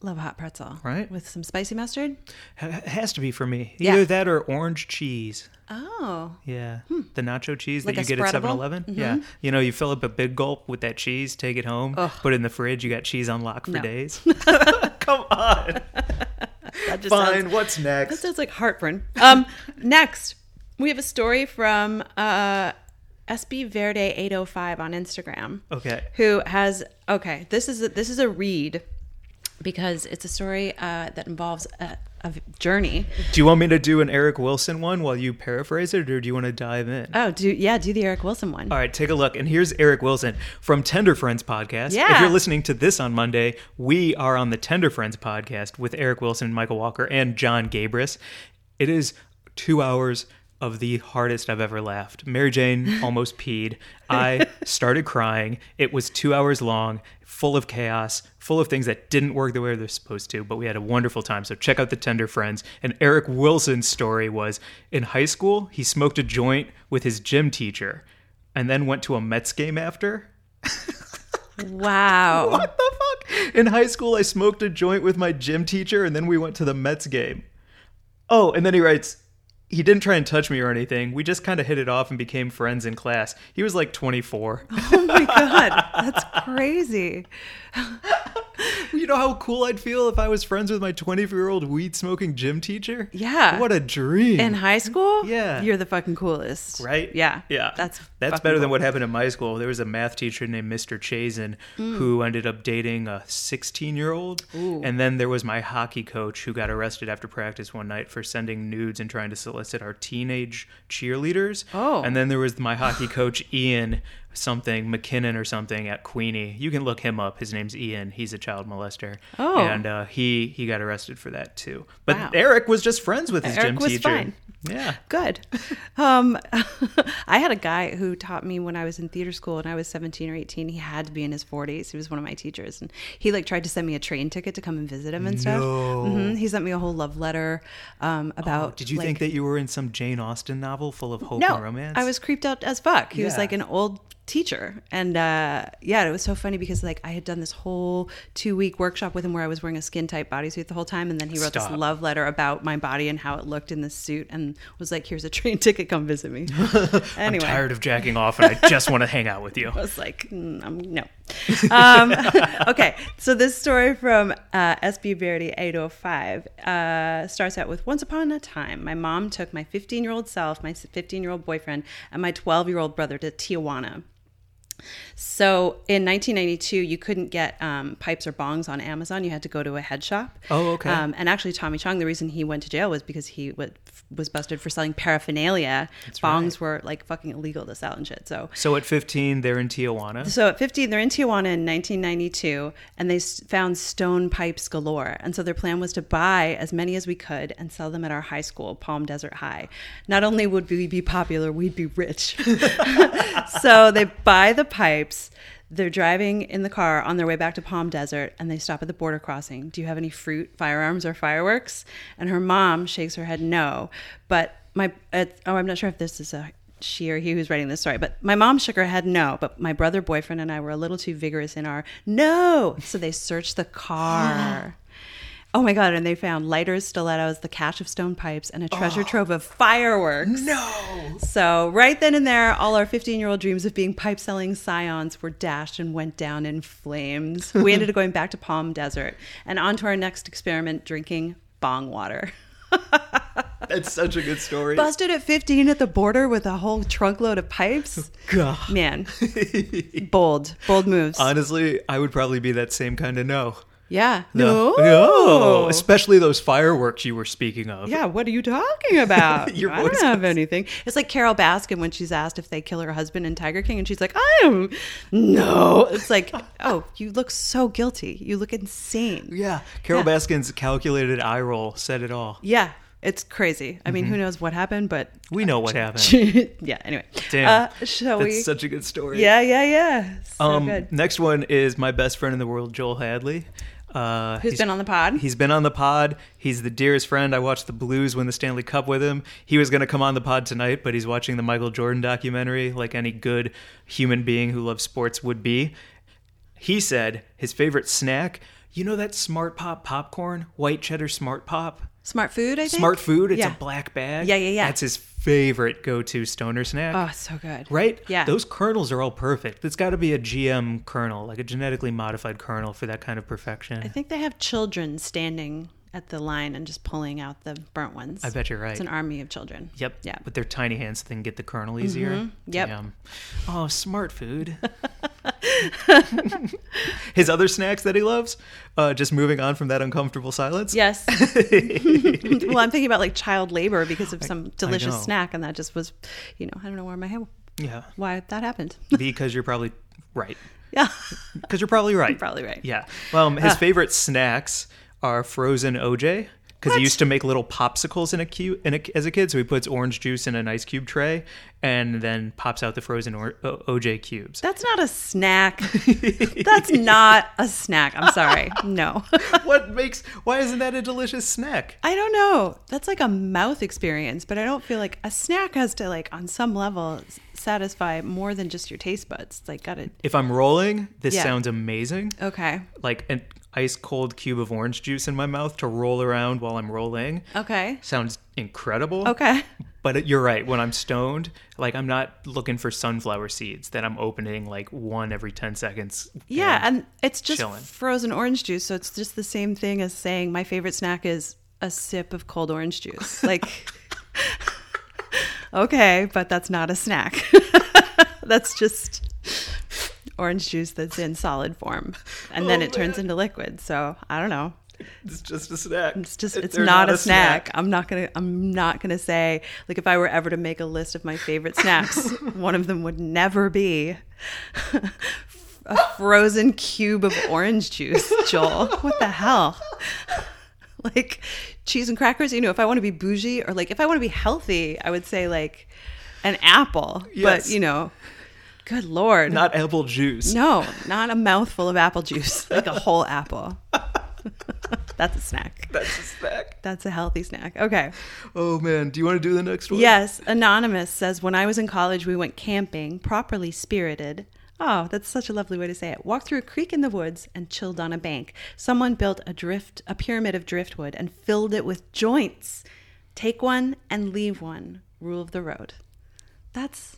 B: Love a hot pretzel.
A: Right.
B: With some spicy mustard.
A: Ha- has to be for me.
B: Yeah.
A: Either that or orange cheese.
B: Oh.
A: Yeah. The nacho cheese
B: Like
A: that
B: a
A: you get at
B: spreadable?
A: 7 11 Yeah. You know, you fill up a big gulp with that cheese, take it home, put it in the fridge. You got cheese on lock for
B: No.
A: days. Come on.
B: That just
A: Fine.
B: sounds
A: What's
B: That
A: next?
B: sounds like heartburn. Um, next, we have a story from uh, SB Verde eight hundred five on Instagram.
A: Okay.
B: Who has okay? This is a, this is a read because it's a story uh, that involves a, a journey.
A: Do you want me to do an Eric Wilson one while you paraphrase it, or do you want to dive in?
B: Oh, do yeah, do the Eric Wilson one.
A: All right, take a look. And here's Eric Wilson from Tender Friends Podcast.
B: Yeah.
A: If you're listening to this on Monday, we are on the Tender Friends Podcast with Eric Wilson, Michael Walker, and John Gabris. It is two hours of the hardest I've ever laughed. Mary Jane almost peed. I started crying. It was two hours long, full of chaos, full of things that didn't work the way they're supposed to, but we had a wonderful time. So check out the Tender Friends. And Eric Wilson's story was in high school, he smoked a joint with his gym teacher and then went to a Mets game after.
B: Wow.
A: What the fuck? In high school, I smoked a joint with my gym teacher, and then we went to the Mets game. Oh, and then he writes, he didn't try and touch me or anything. We just kind of hit it off and became friends in class. He was like 24.
B: Oh my god, that's crazy.
A: you know how cool I'd feel if I was friends with my 24 year old weed smoking gym teacher?
B: Yeah.
A: What a dream.
B: In high school,
A: Yeah.
B: you're the fucking coolest,
A: right?
B: Yeah,
A: yeah.
B: That's
A: that's
B: fucking
A: better
B: cool.
A: than what happened in my school. There was a math teacher named Mr. Chazen
B: Mm.
A: who ended up dating a 16 year old, and then there was my hockey coach who got arrested after practice one night for sending nudes and trying to solicit our teenage cheerleaders.
B: Oh.
A: and then there was my hockey coach Ian something McKinnon or something at Queenie. You can look him up. His name's Ian. He's a child molester.
B: Oh.
A: and uh, he he got arrested for that too. But
B: Wow.
A: Eric was just friends with his
B: Eric
A: gym
B: was
A: teacher.
B: fine.
A: Yeah.
B: good. Um, I had a guy who taught me when I was in theater school and I was 17 or 18. He had to be in his 40s. He was one of my teachers. And he like tried to send me a train ticket to come and visit him and stuff. hmm He sent me a whole love letter um, about.
A: Oh, Did you
B: like-
A: think that you were in some Jane Austen novel full of hope
B: no,
A: and romance?
B: I was creeped out as fuck. He was
A: Yeah.
B: like an old teacher. And uh, yeah, it was so funny because like I had done this whole two week workshop with him where I was wearing a skin tight bodysuit the whole time. And then he wrote
A: Stop.
B: this love letter about my body and how it looked in this suit and was like, here's a train ticket, come visit me.
A: I'm
B: anyway.
A: tired of jacking off, and I just want to hang out with you.
B: I was like, mm, um, no. Um, okay, so this story from uh, SB Verity 805 uh, starts out with Once upon a time, my mom took my 15 year old self, my 15 year old boyfriend, and my 12 year old brother to Tijuana. So in 1992, you couldn't get um, pipes or bongs on Amazon. You had to go to a head shop.
A: Oh, okay.
B: Um, and actually, Tommy Chong, the reason he went to jail was because he wa- was busted for selling paraphernalia. bongs were like fucking illegal to sell and shit. So
A: So at 15, they're in Tijuana.
B: so at 15, they're in Tijuana in 1992, and they s- found stone pipes galore. And so their plan was to buy as many as we could and sell them at our high school, Palm Desert High. Not only would we be popular, we'd be rich. so they buy the pipes. They're driving in the car on their way back to Palm Desert and they stop at the border crossing. Do you have any fruit, firearms, or fireworks? And her mom shakes her head no. But my, uh, oh, I'm not sure if this is a she or he who's writing this story, but my mom shook her head no. But my brother, boyfriend, and I were a little too vigorous in our no. So they searched the car. Oh my God. And they found lighters, stilettos, the cache of stone pipes, and a treasure trove of fireworks.
A: No.
B: So, right then and there, all our 15 year old dreams of being pipe selling scions were dashed and went down in flames. We ended up going back to Palm Desert and on to our next experiment drinking bong water.
A: That's such a good story.
B: Busted at 15 at the border with a whole trunkload of pipes.
A: God.
B: Man, bold, bold moves.
A: Honestly, I would probably be that same kind of no.
B: yeah.
A: No. No. Especially those fireworks you were speaking of.
B: Yeah, what are you talking about?
A: Your
B: I
A: voice
B: don't have anything. It's like Carol Baskin when she's asked if they kill her husband in Tiger King, and she's like, "I am no." It's like, oh, you look so guilty. You look insane.
A: Yeah. Carol
B: Yeah.
A: Baskin's calculated eye roll said it all.
B: Yeah. It's crazy. I mean, who
A: Mm-hmm.
B: knows what happened, but
A: We know what happened.
B: yeah. Anyway,
A: Damn.
B: Uh, shall
A: That's
B: we?
A: such a good story.
B: yeah, yeah, yeah. So
A: Um,
B: good.
A: next one is my best friend in the world, Joel Hadley. Uh,
B: Who's
A: he's-
B: been on the pod?
A: He's been on the pod. He's the dearest friend. I watched the Blues win the Stanley Cup with him. He was going to come on the pod tonight, but he's watching the Michael Jordan documentary, like any good human being who loves sports would be. He said his favorite snack, you know that Smart Pop popcorn, white cheddar Smart Pop?
B: Smart food. I think.
A: Smart food, it's
B: yeah.
A: a black bag.
B: Yeah, yeah, yeah.
A: That's his favorite go to stoner snack.
B: Oh, so good.
A: Right?
B: Yeah.
A: Those kernels are all perfect. It's got to be a GM kernel, like a genetically modified kernel for that kind of perfection.
B: I think they have children standing at the line and just pulling out the burnt ones.
A: I bet you're right.
B: It's an army of children.
A: Yep.
B: Yeah. Mm-hmm.
A: With their tiny hands, so they can get the kernel easier.
B: Yep.
A: Damn. Oh, smart food. His other snacks that he loves. Uh, just moving on from that uncomfortable silence.
B: Yes. well, I'm thinking about like child labor because of some delicious
A: know.
B: snack, and that just was, you know, I don't know where my head,
A: Yeah.
B: why that happened.
A: Because you're probably right.
B: yeah.
A: Because you're probably right.
B: Probably right.
A: Yeah. Well, um, his favorite snacks are frozen OJ because he used to make little popsicles in a cube in a, as a kid. So he puts orange juice in an ice cube tray and then pops out the frozen or, o- OJ cubes.
B: That's not a snack. That's not a snack. I'm sorry. No.
A: what makes? Why isn't that a delicious snack?
B: I don't know. That's like a mouth experience, but I don't feel like a snack has to like on some level s- satisfy more than just your taste buds. It's like got to
A: If I'm rolling, this
B: Yeah.
A: sounds amazing.
B: Okay.
A: Like an ice cold cube of orange juice in my mouth to roll around while I'm rolling.
B: Okay.
A: Sounds incredible.
B: Okay.
A: But you're right. When I'm stoned, like I'm not looking for sunflower seeds that I'm opening like one every 10 seconds.
B: Yeah, and it's just
A: chilling.
B: frozen orange juice, so it's just the same thing as saying my favorite snack is a sip of cold orange juice. Like Okay, but that's not a snack. that's just orange juice that's in solid form and then
A: Oh,
B: it turns
A: man.
B: into liquid. So, I don't know.
A: It's just a snack.
B: It's just it's
A: They're
B: not, a snack. I'm not going to I'm not going to say like if I were ever to make a list of my favorite snacks, one of them would never be a frozen cube of orange juice, Joel. What the hell? Like cheese and crackers, you know, if I want to be bougie or like if I want to be healthy, I would say like an apple.
A: Yes.
B: But, you know, good lord.
A: Not apple juice.
B: no, not a mouthful of apple juice, like a whole apple. That's a snack.
A: That's a snack.
B: That's a healthy snack. Okay.
A: Oh, man. Do you want to do the next one?
B: Yes. Anonymous says When I was in college, we went camping, properly spirited. Oh, that's such a lovely way to say it. Walked through a creek in the woods and chilled on a bank. Someone built a drift, a pyramid of driftwood and filled it with joints. Take one and leave one. Rule of the road. That's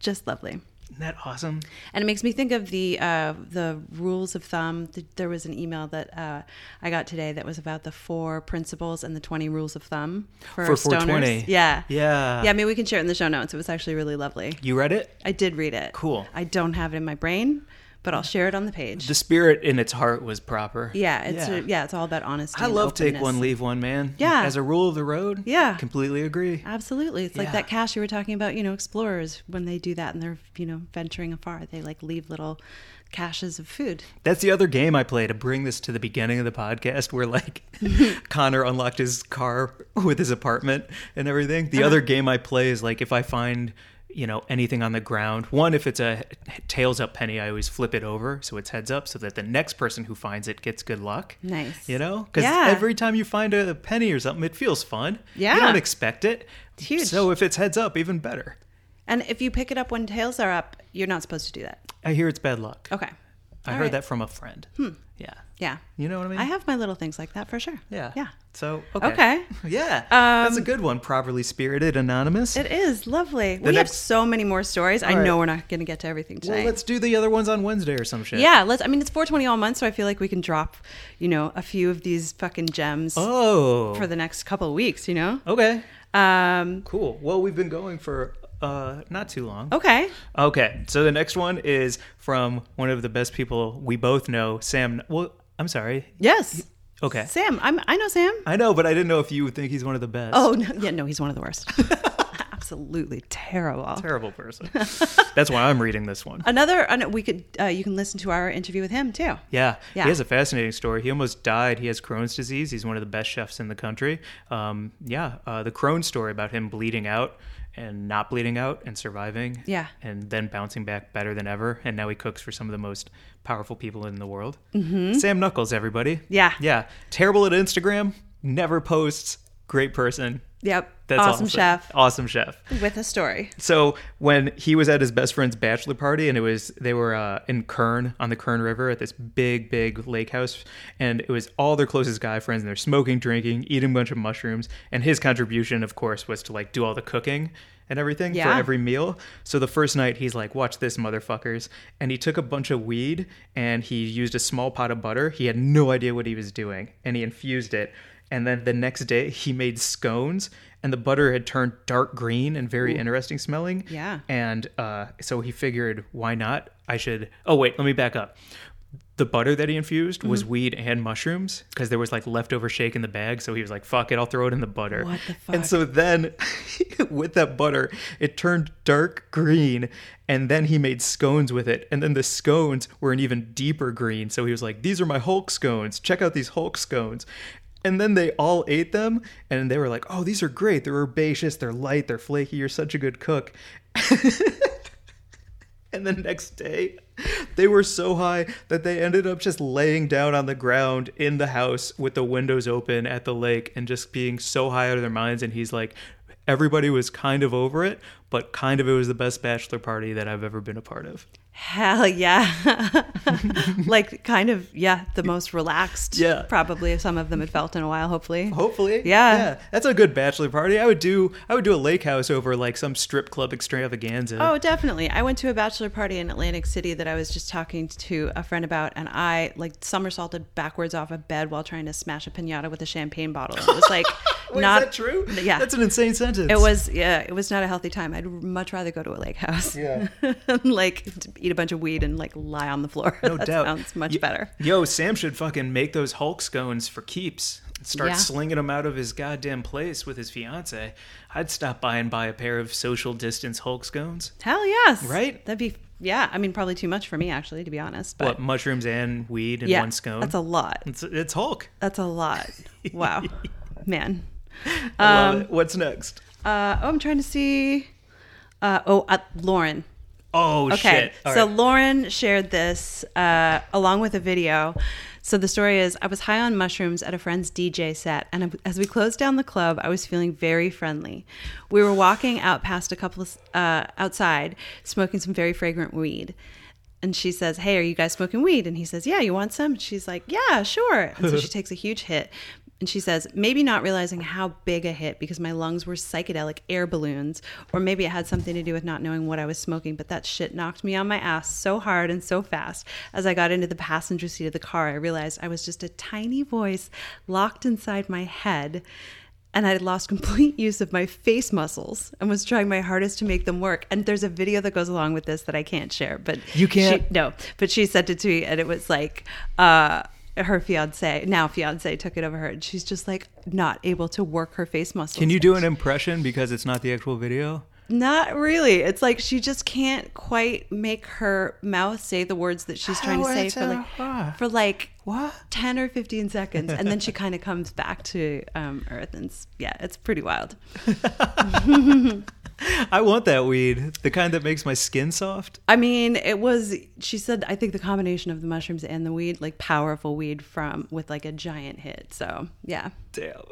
B: just lovely.
A: Isn't that awesome?
B: And it makes me think of the uh, the rules of thumb. Th- There was an email that uh, I got today that was about the four principles and the twenty rules of thumb for,
A: For
B: stoners.
A: 420.
B: Yeah,
A: Yeah.
B: yeah. I mean, we can share it in the show notes. It was actually really lovely.
A: You read it?
B: I did read it.
A: Cool.
B: I don't have it in my brain, but I'll share it on the page.
A: The spirit in its heart was proper.
B: yeah, it's yeah. yeah, it's all about honesty.
A: I
B: and
A: love take
B: openness.
A: one, leave one, man.
B: Yeah.
A: As a rule of the road.
B: Yeah.
A: Completely agree.
B: Absolutely. It's like
A: Yeah.
B: that cache you were talking about, you know, explorers when they do that and they're, you know, venturing afar, they like leave little caches of food.
A: That's the other game I play to bring this to the beginning of the podcast where like Connor unlocked his car with his apartment and everything.
B: Uh-huh.
A: The other game I play is like if I find, you know, anything on the ground, one if it's a tails up penny, I always flip it over so it's heads up so that the next person who finds it gets good luck.
B: Nice.
A: You know? Cuz
B: Yeah.
A: every time you find a penny or something, it feels fun. You
B: Yeah.
A: don't expect it.
B: huge.
A: So if it's heads up, even better.
B: And if you pick it up when tails are up, you're not supposed to do that.
A: I hear it's bad luck.
B: Okay.
A: I
B: All
A: heard
B: right.
A: that from a friend.
B: Hmm.
A: Yeah.
B: Yeah.
A: You know what I mean?
B: I have my little things like that for sure.
A: Yeah.
B: Yeah.
A: So okay.
B: Okay. Um,
A: Yeah. That's a good one. Properly spirited, anonymous.
B: It is lovely. we have
A: next-
B: so many more stories. I
A: right.
B: know we're not going to get to everything
A: well,
B: tonight.
A: let's do the other ones on Wednesday or some shit.
B: yeah, let's. I mean, it's 420 all month, so I feel like we can drop, you know, a few of these fucking gems
A: Oh.
B: for the next couple of weeks. You know.
A: okay.
B: Um.
A: Cool. Well, we've been going for uh not too long.
B: Okay.
A: Okay. So the next one is from one of the best people we both know, Sam. Well, I'm sorry.
B: Yes.
A: Okay.
B: Sam, I'm. I know Sam.
A: I know, but I didn't know if you think he's one of the best.
B: Oh no. Yeah. No, he's one of the worst. Absolutely terrible.
A: Terrible person. That's why I'm reading this one.
B: Another, an- we could, uh, you can listen to our interview with him too.
A: Yeah,
B: Yeah.
A: he has a fascinating story. He almost died. He has Crohn's disease. He's one of the best chefs in the country. Um, yeah, uh, the Crohn's story about him bleeding out and not bleeding out and surviving.
B: Yeah.
A: and then bouncing back better than ever. And now he cooks for some of the most powerful people in the world. Mm-hmm. Sam Knuckles, everybody.
B: Yeah.
A: yeah. Terrible at Instagram. Never posts. Great person.
B: Yep.
A: That's all
B: awesome
A: I'll say.
B: chef
A: Awesome chef.
B: with a story.
A: So when he was at his best friend's bachelor party, and it was they were uh, in Kern on the Kern River at this big, big lake house, and it was all their closest guy friends, and they're smoking, drinking, eating a bunch of mushrooms, and his contribution, of course, was to like do all the cooking and everything
B: Yeah.
A: for every meal. So the first night, he's like, "Watch this, motherfuckers!" And he took a bunch of weed and he used a small pot of butter. He had no idea what he was doing, and he infused it. And then the next day, he made scones, and the butter had turned dark green and very interesting smelling.
B: Yeah.
A: And uh, so he figured, why not? I should. Oh, wait, let me back up. The butter that he infused
B: Mm-hmm.
A: was weed and mushrooms because there was like leftover shake in the bag. So he was like, fuck it, I'll throw it in the butter.
B: What the fuck?
A: And so then with that butter, it turned dark green. And then he made scones with it. And then the scones were an even deeper green. So he was like, these are my Hulk scones. Check out these Hulk scones. And then they all ate them, and they were like, "Oh, these are great. They're herbaceous. They're light. They're flaky. You're such a good cook." And the next day, they were so high that they ended up just laying down on the ground in the house with the windows open at the lake and just being so high out of their minds. And he's like, everybody was kind of over it, but kind of it was the best bachelor party that I've ever been a part of.
B: Hell yeah. like kind of, yeah, the most relaxed.
A: Yeah.
B: Probably if some of them had felt in a while, hopefully.
A: Hopefully,
B: Yeah.
A: that's a good bachelor party. I would do, I would do a lake house over like some strip club extravaganza.
B: Oh, definitely. I went to a bachelor party in Atlantic City that I was just talking to a friend about, and I like somersaulted backwards off a bed while trying to smash a pinata with a champagne bottle. It was like
A: Wait,
B: not
A: is that true?
B: Yeah,
A: that's an insane sentence.
B: it was. Yeah, it was not a healthy time. I'd much rather go to a lake house.
A: Yeah.
B: and, like to eat a bunch of weed and like lie on the floor.
A: No
B: that
A: doubt.
B: sounds much
A: Yo-
B: better.
A: Yo, Sam should fucking make those Hulk scones for keeps. and Start
B: Yeah.
A: slinging them out of his goddamn place with his fiance. I'd stop by and buy a pair of social distance Hulk scones.
B: Hell yes.
A: Right?
B: That'd be. Yeah, I mean, probably too much for me actually, to be honest. But
A: What mushrooms and weed in
B: yeah,
A: one scone?
B: that's a lot.
A: It's, it's Hulk.
B: That's a lot. Wow, man.
A: I
B: Um,
A: love it. What's next?
B: Uh, oh, I'm trying to see. Uh, oh, uh, Lauren.
A: Oh
B: Okay.
A: shit! All
B: so
A: right.
B: Lauren shared this uh, along with a video. So the story is I was high on mushrooms at a friend's DJ set, and as we closed down the club, I was feeling very friendly. We were walking out past a couple of, uh, outside, smoking some very fragrant weed. And she says, Hey, are you guys smoking weed? And he says, Yeah, you want some? And she's like, Yeah, sure. And so she takes a huge hit. And she says, maybe not realizing how big a hit because my lungs were psychedelic air balloons, or maybe it had something to do with not knowing what I was smoking, but that shit knocked me on my ass so hard and so fast. As I got into the passenger seat of the car, I realized I was just a tiny voice locked inside my head and I had lost complete use of my face muscles and was trying my hardest to make them work. And there's a video that goes along with this that I can't share, but
A: You can't-
B: She, no, but she sent it to me, and it was like uh, her fiance, now fiance, took it over her, and she's just like not able to work her face muscles.
A: Can you do an impression because it's not the actual video?
B: Not really. It's like she just can't quite make her mouth say the words that she's trying to say for like for like
A: What?
B: ten or fifteen seconds, and then she kind of comes back to um, earth, and s- yeah, it's pretty wild.
A: I want that weed, the kind that makes my skin soft.
B: I mean, it was. She said, I think the combination of the mushrooms and the weed, like powerful weed from with like a giant hit. So yeah,
A: Damn,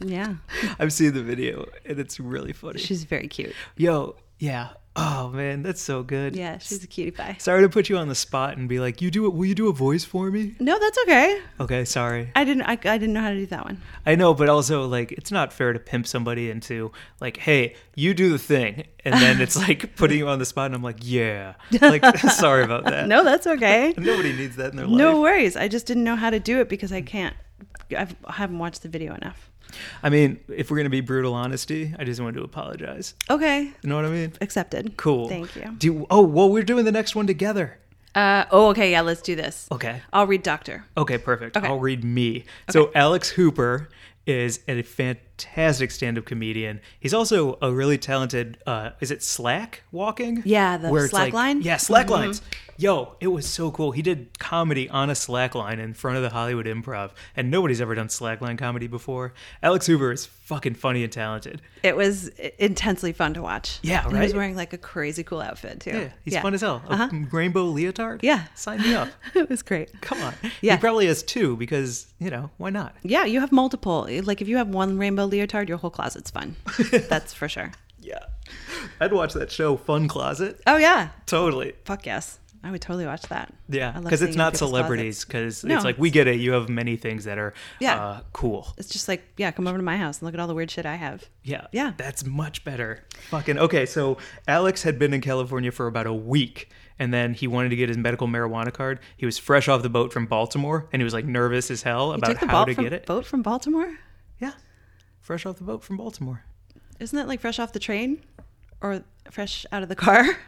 B: yeah,
A: I've seen the video and it's really funny.
B: she's very cute.
A: Yo, yeah. Oh man, that's so good.
B: Yeah, she's a cutie pie.
A: Sorry to put you on the spot and be like, you do it. Will you do a voice for me?
B: No, that's okay.
A: Okay, sorry.
B: I didn't. I, I didn't know how to do that one.
A: I know, but also like, it's not fair to pimp somebody into like, hey, you do the thing, and then it's like putting you on the spot, and I'm like, yeah. Like, sorry about that.
B: No, that's okay.
A: nobody needs that in their life.
B: No worries. I just didn't know how to do it because I can't. I've, I haven't watched the video enough.
A: I mean, if we're gonna be brutal honesty, I just want to apologize.
B: Okay,
A: You know what I mean?
B: accepted.
A: Cool.
B: Thank you.
A: Do oh well, we're doing the next one together.
B: Uh, oh, okay. Yeah, let's do this.
A: Okay.
B: I'll read Doctor.
A: Okay, perfect.
B: Okay.
A: I'll read me. So Alex Hooper is a fantastic fantastic stand-up comedian. He's also a really talented. Uh, is it slack walking?
B: Yeah, the
A: it's
B: slack
A: like-
B: line? Mm-hmm.
A: Yeah, slack lines. Yo, it was so cool. He did comedy on a slack line in front of the Hollywood Improv, and nobody's ever done slack line comedy before. Alex Hoover is fucking funny and talented.
B: It was intensely fun to watch.
A: Yeah,
B: And he was
A: right?
B: wearing like a crazy cool outfit too.
A: Yeah, he's fun as hell. A rainbow leotard.
B: Uh-huh. Yeah.
A: sign me up.
B: it was great.
A: Come on.
B: Yeah.
A: He probably has two because, you know, why not?
B: Yeah, you have multiple. Like if you have one rainbow leotard, your whole closet's fun. That's for sure.
A: Yeah. I'd watch that show Fun Closet.
B: Oh yeah,
A: Totally.
B: fuck yes, I would totally watch that.
A: Yeah,
B: I love
A: because
B: seeing
A: it's not
B: people's closets.
A: celebrities. Because
B: No.
A: it's like we get it. You have many things that are
B: Yeah.
A: uh, cool.
B: It's just like yeah, come over to my house and look at all the weird shit I have.
A: Yeah,
B: Yeah.
A: that's much better. Fucking okay. So Alex had been in California for about a week, and then he wanted to get his medical marijuana card. He was fresh off the boat from Baltimore, and he was like nervous as hell
B: You
A: about
B: took the
A: how
B: boat
A: to
B: from,
A: get it.
B: boat from Baltimore.
A: Yeah, fresh off the boat from Baltimore.
B: Isn't that like fresh off the train or fresh out of the car?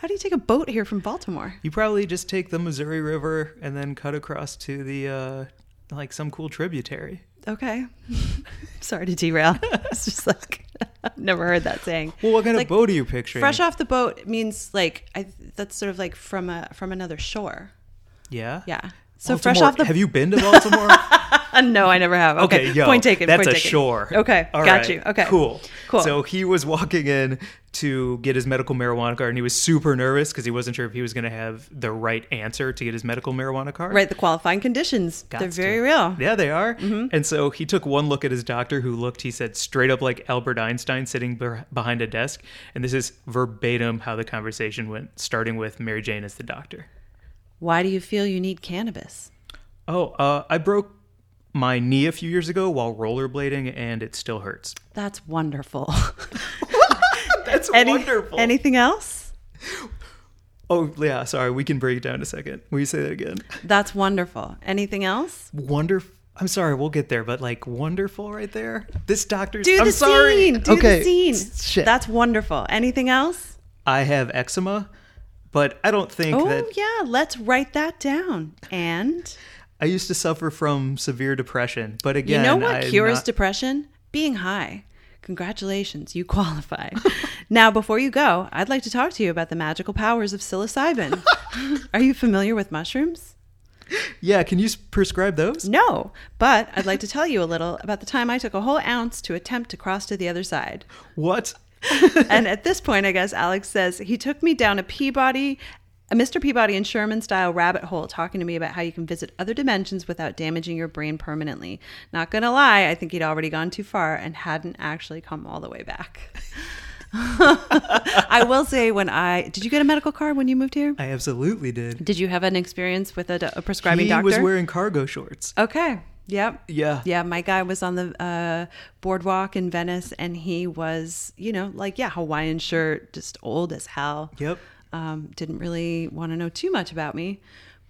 B: How do you take a boat here from Baltimore?
A: You probably just take the Missouri River and then cut across to the uh, like some cool tributary.
B: Okay. Sorry to derail. It's just like I've never heard that saying.
A: Well, what kind
B: Like,
A: of boat are you picturing?
B: Fresh off the boat means like I, that's sort of like from a from another shore.
A: Yeah.
B: Yeah. So fresh
A: Baltimore-
B: off the
A: Have you been to Baltimore?
B: Uh, no, I never have. Okay,
A: okay, yo,
B: point taken.
A: That's
B: point
A: a
B: taken.
A: shore.
B: Okay,
A: All
B: got
A: right,
B: you. Okay,
A: cool,
B: cool.
A: So he was walking in to get his medical marijuana card, and he was super nervous because he wasn't sure if he was going to have the right answer to get his medical marijuana card.
B: right, the qualifying conditions. They're
A: Gots
B: very
A: to.
B: real. Mm-hmm.
A: Yeah, they are. And so he took one look at his doctor, who looked, he said, straight up like Albert Einstein sitting ber- behind a desk. And this is verbatim how the conversation went, starting with Mary Jane as the doctor.
B: Why do you feel you need cannabis?
A: Oh, uh, I broke my knee a few years ago while rollerblading, and it still hurts.
B: That's wonderful.
A: That's
B: Any- Anything else?
A: oh, yeah. Sorry, we can break it down in a second. Will you say that again?
B: That's wonderful. Anything else?
A: Wonderful. I'm sorry, we'll get there, but like wonderful right there. This doctor's.
B: Do
A: I'm
B: the
A: sorry.
B: scene. Do
A: okay.
B: the scene.
A: Shit.
B: That's wonderful. Anything else?
A: I have eczema, but I don't think
B: Oh
A: that
B: yeah, let's write that down. And
A: I used to suffer from severe depression. But
B: you
A: again,
B: know what
A: I'm
B: cures
A: not-
B: depression? Being high. Congratulations, you qualify. now, before you go, I'd like to talk to you about the magical powers of psilocybin. Are you familiar with mushrooms?
A: Yeah, can you s- prescribe those?
B: No, but I'd like to tell you a little about the time I took a whole ounce to attempt to cross to the other side.
A: What?
B: and at this point, I guess Alex says he took me down a Peabody, a Mr. Peabody and Sherman style rabbit hole, talking to me about how you can visit other dimensions without damaging your brain permanently. Not gonna lie, I think he'd already gone too far and hadn't actually come all the way back. I will say, when I did you get a medical card when you moved here?
A: I absolutely did.
B: Did you have an experience with a, a prescribing
A: he
B: doctor?
A: was wearing cargo shorts.
B: Okay. Yep.
A: Yeah.
B: Yeah. My guy was on the uh, boardwalk in Venice and he was, you know, like, yeah, Hawaiian shirt, just old as hell.
A: Yep.
B: Um, didn't really want to know too much about me.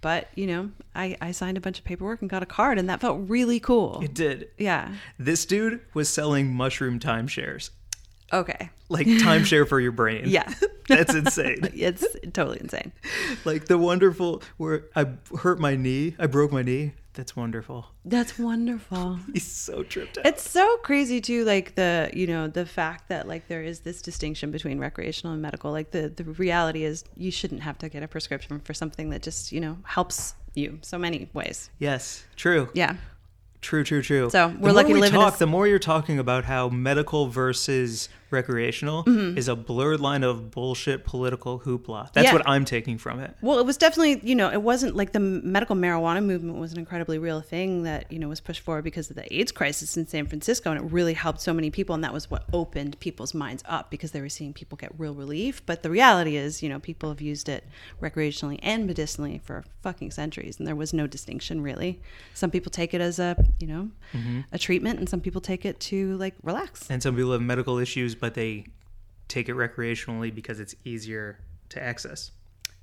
B: But, you know, I, I signed a bunch of paperwork and got a card and that felt really cool.
A: It did.
B: yeah.
A: This dude was selling mushroom timeshares.
B: Okay.
A: Like timeshare for your brain.
B: Yeah.
A: That's insane.
B: It's totally insane.
A: Like the wonderful where I hurt my knee, I broke my knee. That's wonderful.
B: That's wonderful.
A: He's so tripped out.
B: It's so crazy too, like the you know the fact that like there is this distinction between recreational and medical. Like the the reality is you shouldn't have to get a prescription for something that just you know helps you so many ways.
A: yes, true.
B: Yeah,
A: True, true, true.
B: So,
A: the
B: we're
A: more
B: lucky to
A: we
B: live in a
A: talk,
B: s-
A: the more you're talking about how medical versus recreational is a blurred line of bullshit political hoopla.
B: Mm-hmm.
A: That's
B: Yeah.
A: what I'm taking from it.
B: Well, it was definitely, you know, it wasn't like the medical marijuana movement was an incredibly real thing that, you know, was pushed forward because of the AIDS crisis in San Francisco. And it really helped so many people. And that was what opened people's minds up because they were seeing people get real relief. But the reality is, you know, people have used it recreationally and medicinally for fucking centuries. And there was no distinction really. Some people take it as a, you know, a treatment and some people take it to like relax.
A: And some people have medical issues, but they take it recreationally because it's easier to access.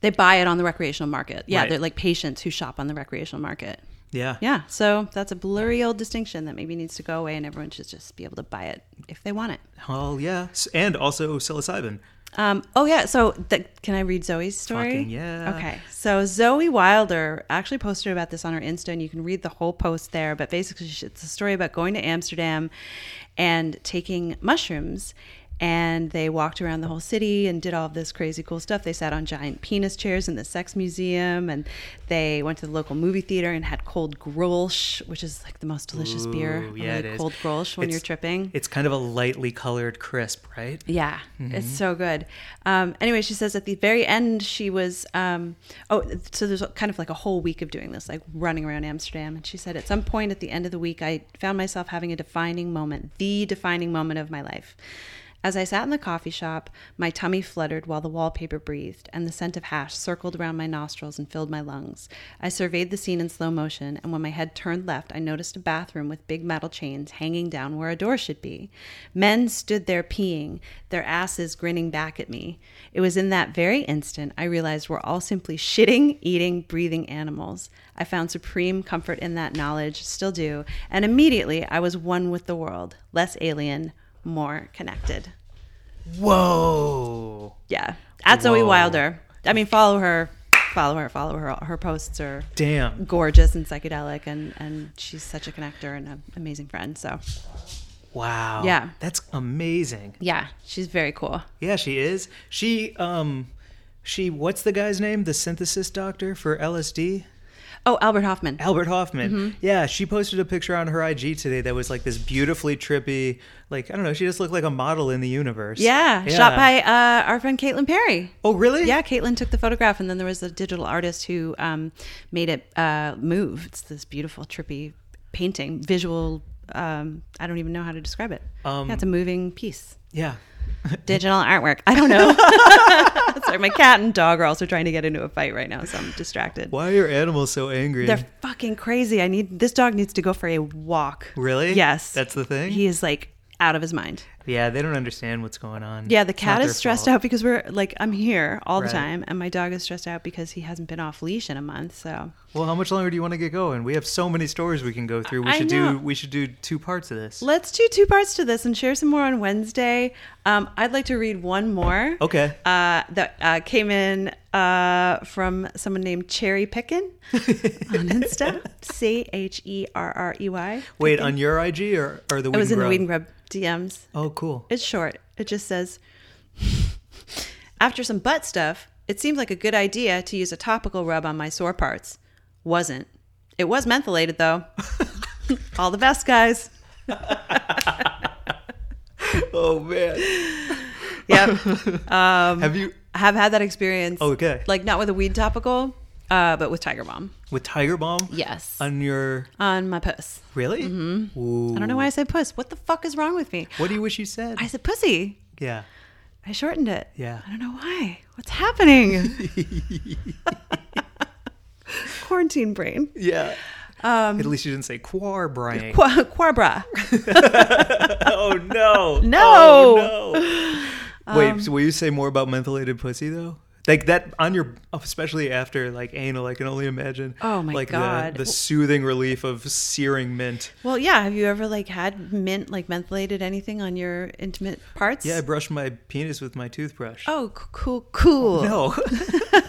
B: They buy it on the recreational market. Yeah.
A: Right.
B: They're like patients who shop on the recreational market.
A: Yeah.
B: Yeah, so that's a blurry old distinction that maybe needs to go away, and everyone should just be able to buy it if they want it.
A: Well, yeah. S- And also psilocybin.
B: Um, oh yeah, so the, can I read Zoe's story?
A: Fucking yeah.
B: Okay. So Zoe Wilder actually posted about this on her Insta, and you can read the whole post there. But basically, she- it's a story about going to Amsterdam and taking mushrooms. And they walked around the whole city and did all this crazy cool stuff. They sat on giant penis chairs in the sex museum, and they went to the local movie theater and had cold grolsch, which is like the most delicious beer.
A: Ooh,
B: I
A: yeah,
B: like
A: it is.
B: cold grolsch when
A: It's-
B: you're tripping.
A: It's kind of a lightly colored crisp, right?
B: Yeah, it's so good. Um, anyway, she says at the very end, she was, um, oh, so there's kind of like a whole week of doing this, like running around Amsterdam. And she said, at some point at the end of the week, I found myself having a defining moment, the defining moment of my life. As I sat in the coffee shop, my tummy fluttered while the wallpaper breathed, and the scent of hash circled around my nostrils and filled my lungs. I surveyed the scene in slow motion, and when my head turned left, I noticed a bathroom with big metal chains hanging down where a door should be. Men stood there peeing, their asses grinning back at me. It was in that very instant I realized we're all simply shitting, eating, breathing animals. I found supreme comfort in that knowledge, still do, and immediately I was one with the world, less alien, more connected.
A: Whoa.
B: Yeah. At Zoe
A: Whoa.
B: Wilder. I mean, follow her, follow her, follow her. Her posts are
A: Damn.
B: gorgeous and psychedelic, and and she's such a connector and an amazing friend. So
A: Wow.
B: Yeah.
A: That's amazing.
B: yeah, she's very cool.
A: Yeah, she is. She um she what's the guy's name? The synthesis doctor for LSD?
B: Oh, Albert Hoffman.
A: Albert Hoffman.
B: Mm-hmm.
A: Yeah, she posted a picture on her IG today that was like this beautifully trippy, like I don't know, she just looked like a model in the universe.
B: yeah, shot by uh, our friend Caitlin Perry.
A: Oh, really?
B: Yeah, Caitlin took the photograph, and then there was a digital artist who um, made it uh, move. It's this beautiful, trippy painting, visual. Um, I don't even know how to describe it.
A: Um,
B: yeah, it's a moving piece.
A: Yeah.
B: digital artwork. I don't know. Sorry, my cat and dog are also trying to get into a fight right now, so I'm distracted.
A: Why are animals so angry?
B: They're fucking crazy. I need this dog needs to go for a walk.
A: Really?
B: Yes.
A: That's the thing?
B: He is like out of his mind.
A: yeah, they don't understand what's going on.
B: Yeah, the
A: It's not
B: cat
A: their
B: is stressed
A: fault.
B: out because we're like I'm here all
A: Right.
B: the time and my dog is stressed out because he hasn't been off leash in a month, so
A: Well, how much longer do you want to get going? We have so many stories we can go through. We
B: I
A: should
B: know.
A: do we should do two parts of this.
B: Let's do two parts to this and share some more on Wednesday. Um, I'd like to read one more.
A: Okay.
B: Uh, that uh, came in uh, from someone named Cherry Pickin on Insta. C H E R R E Y.
A: Wait, on your IG or, or the
B: It
A: Weed
B: was in
A: and
B: the
A: Grow?
B: Weed and Grub DMs.
A: Oh, cool.
B: It's short. It just says, after some butt stuff, it seemed like a good idea to use a topical rub on my sore parts. Wasn't. It was mentholated though. All the best, guys.
A: Oh man.
B: Yep. Um,
A: have you
B: I have had that experience.
A: Okay.
B: Like not with a weed topical, uh, but with Tiger Bomb.
A: with Tiger Bomb?
B: Yes.
A: On your
B: On my puss.
A: really? Mm-hmm. Ooh.
B: I don't know why I said puss. What the fuck is wrong with me?
A: What do you wish you said?
B: I said pussy.
A: yeah.
B: I shortened it.
A: Yeah.
B: I don't know why. What's happening? Quarantine brain.
A: Yeah.
B: Um,
A: At least you didn't say quar Brian.
B: Qua- Quabra.
A: oh no.
B: No.
A: Oh, no. Wait, so will you say more about mentholated pussy though? Like that on your, especially after like anal, I can only imagine.
B: Oh, my
A: like
B: God.
A: The, the soothing relief of searing mint.
B: Well, yeah. Have you ever like had mint, like mentholated anything on your intimate parts?
A: Yeah, I brush my penis with my toothbrush.
B: Oh, c- cool, cool.
A: No.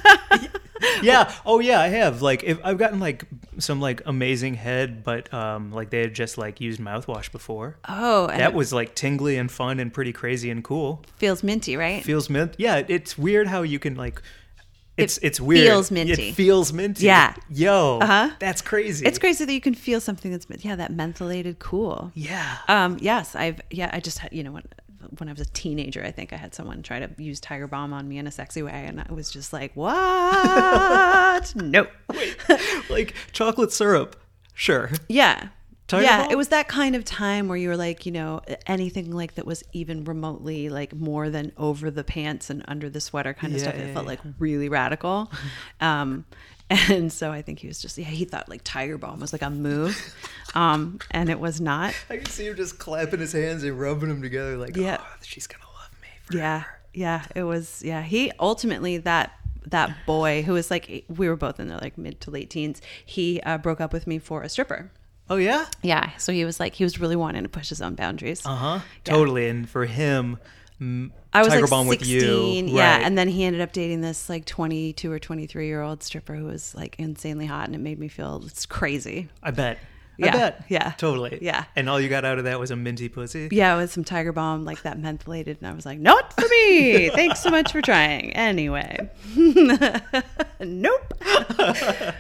A: yeah. Oh yeah, I have. Like if I've gotten like some like amazing head, but um like they had just like used mouthwash before.
B: Oh, and
A: That
B: it
A: was like tingly and fun and pretty crazy and cool.
B: feels minty, right?
A: Feels mint. Yeah, it's weird how you can like it's
B: It
A: it's weird.
B: feels minty.
A: It feels minty.
B: Yeah.
A: Yo.
B: Uh-huh.
A: That's crazy.
B: it's crazy that you can feel something that's yeah, that mentholated cool.
A: Yeah.
B: Um, yes, I've yeah, I just had you know when when I was a teenager, I think I had someone try to use Tiger Bomb on me in a sexy way, and I was just like, what? no,
A: like chocolate syrup. Sure.
B: yeah.
A: Tiger
B: yeah,
A: Bomb?
B: it was that kind of time where you were like, you know, anything like that was even remotely like more than over the pants and under the sweater kind of
A: Yeah,
B: stuff. It
A: yeah,
B: felt like really radical. Um, and so I think he was just, yeah, he thought like Tiger Bomb was like a move. Um, and it was not.
A: I can see him just clapping his hands and rubbing them together like
B: Yeah.
A: oh, she's gonna love me.
B: Yeah, yeah, it was. Yeah, he ultimately that that boy who was like e, we were both in the like mid to late teens. He uh, broke up with me for a stripper.
A: Oh yeah?
B: Yeah, so he was like he was really wanting to push his own boundaries.
A: Uh huh. Totally. And for him,
B: I was
A: Tiger
B: like 16,
A: Balm with you,
B: yeah,
A: right.
B: and then he ended up dating this like 22 or 23 year old stripper who was like insanely hot, and it made me feel it's crazy.
A: I bet. I
B: Yeah,
A: bet.
B: yeah,
A: Totally.
B: yeah.
A: And all you got out of that was a minty pussy.
B: Yeah, with some Tiger Balm, like that mentholated, and I was like, not for me. Thanks so much for trying. Anyway, nope.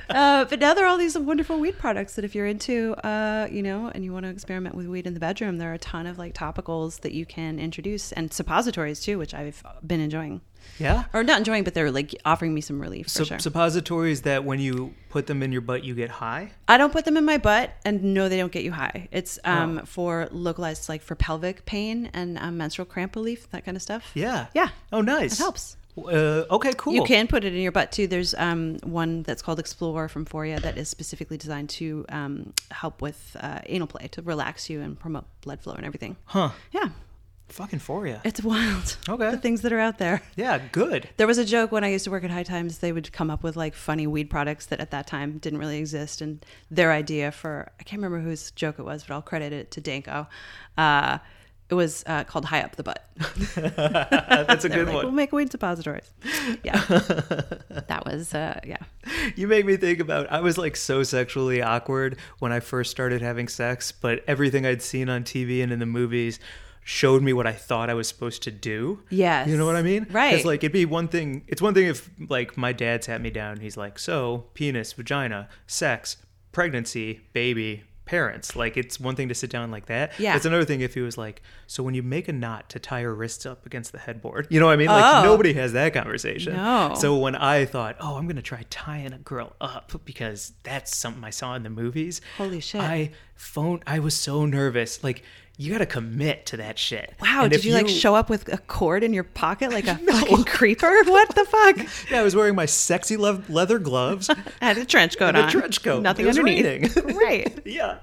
B: Uh, but now there are all these wonderful weed products that if you're into, uh, you know, and you want to experiment with weed in the bedroom, there are a ton of like topicals that you can introduce and suppositories too, which I've been enjoying.
A: Yeah.
B: Or not enjoying, but they're like offering me some relief for
A: So,
B: sure.
A: Suppositories that when you put them in your butt, you get high.
B: I don't put them in my butt, and no, they don't get you high. It's
A: Oh.
B: um, for localized, like for pelvic pain and um, menstrual cramp relief, that kind of stuff.
A: Yeah.
B: Yeah.
A: Oh, nice.
B: It helps.
A: Uh, okay, cool.
B: You can put it in your butt too. There's um, one that's called Explore from Foria that is specifically designed to um, help with uh, anal play to relax you and promote blood flow and everything.
A: Huh.
B: Yeah,
A: Fucking for you.
B: it's wild.
A: Okay.
B: the things that are out there.
A: Yeah, good.
B: There was a joke when I used to work at High Times. They would come up with like funny weed products that at that time didn't really exist, and their idea for I can't remember whose joke it was, but I'll credit it to Danko. Uh, it was uh, called "High Up the Butt."
A: That's a
B: They were
A: good
B: like,
A: one.
B: We'll make weed suppositories. Yeah, that was uh, yeah.
A: You make me think about I was like so sexually awkward when I first started having sex, but everything I'd seen on TV and in the movies showed me what I thought I was supposed to do.
B: Yes.
A: You know what I mean?
B: Right.
A: It's like it'd be one thing it's one thing if like my dad sat me down, he's like, So, penis, vagina, sex, pregnancy, baby, parents. Like it's one thing to sit down like that.
B: Yeah.
A: It's another thing if he was like, So when you make a knot to tie your wrists up against the headboard. You know what I mean? Like
B: Oh.
A: nobody has that conversation.
B: No.
A: So when I thought, oh, I'm going to try tying a girl up because that's something I saw in the movies.
B: Holy shit.
A: I phone. I was so nervous. Like you got to commit to that shit.
B: Wow,
A: And
B: did
A: if
B: you, like show up with a cord in your pocket like a fucking creeper? What the fuck?
A: Yeah, I was wearing my sexy le- leather gloves.
B: I had a trench coat
A: And a
B: on.
A: trench coat.
B: Nothing
A: It was
B: underneath.
A: raining.
B: right.
A: yeah.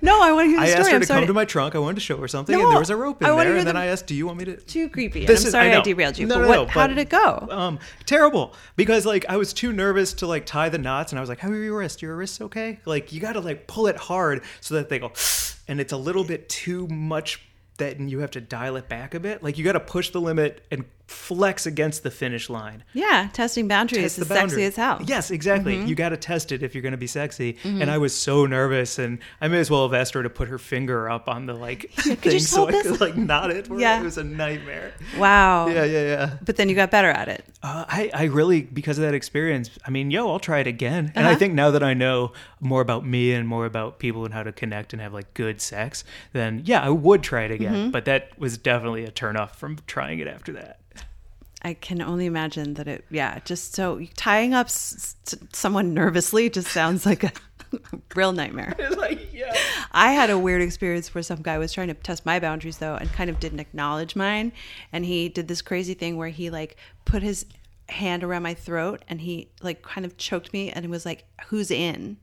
B: No, I want to hear the
A: I
B: story.
A: asked her
B: I'm
A: to
B: sorry.
A: come to my trunk. I wanted to show her something,
B: No,
A: and there was a rope in
B: I wanna
A: there.
B: hear
A: And then
B: the-
A: I asked, "Do you want me to?"
B: too creepy. and
A: This
B: I'm
A: is-
B: sorry I,
A: know.
B: derailed you.
A: No,
B: but
A: no,
B: what,
A: no,
B: how
A: but,
B: did it go?
A: Um, terrible. Because like I was too nervous to like tie the knots, and I was like, "How are your wrists? Your wrists okay?" Like you got to like pull it hard so that they go, and it's a little bit too much. That and you have to dial it back a bit. Like you got to push the limit and flex against the finish line.
B: yeah, testing boundaries
A: Test
B: is
A: the boundary.
B: sexy as hell. Mm-hmm.
A: Yes, exactly. You got to test it if you're going to be sexy. And I was so nervous, and I may as well have asked her to put her finger up on the like thing
B: you just
A: so
B: hold
A: I
B: this?
A: could like knot it.
B: Yeah.
A: it was a nightmare.
B: Wow.
A: Yeah, yeah, yeah.
B: But then you got better at it.
A: Uh, I, I really, because of that experience, I mean, yo, I'll try it again. And I
B: Uh-huh.
A: think now that I know more about me and more about people and how to connect and have like good sex, then yeah, I would try it again.
B: Mm-hmm.
A: But that was definitely a turnoff from trying it after that.
B: I can only imagine that it. Yeah, just so tying up s- s- someone nervously just sounds like a real nightmare.
A: It's like, yeah.
B: I had a weird experience where some guy was trying to test my boundaries though and kind of didn't acknowledge mine and he did this crazy thing where he like put his hand around my throat and he like kind of choked me and he was like who's in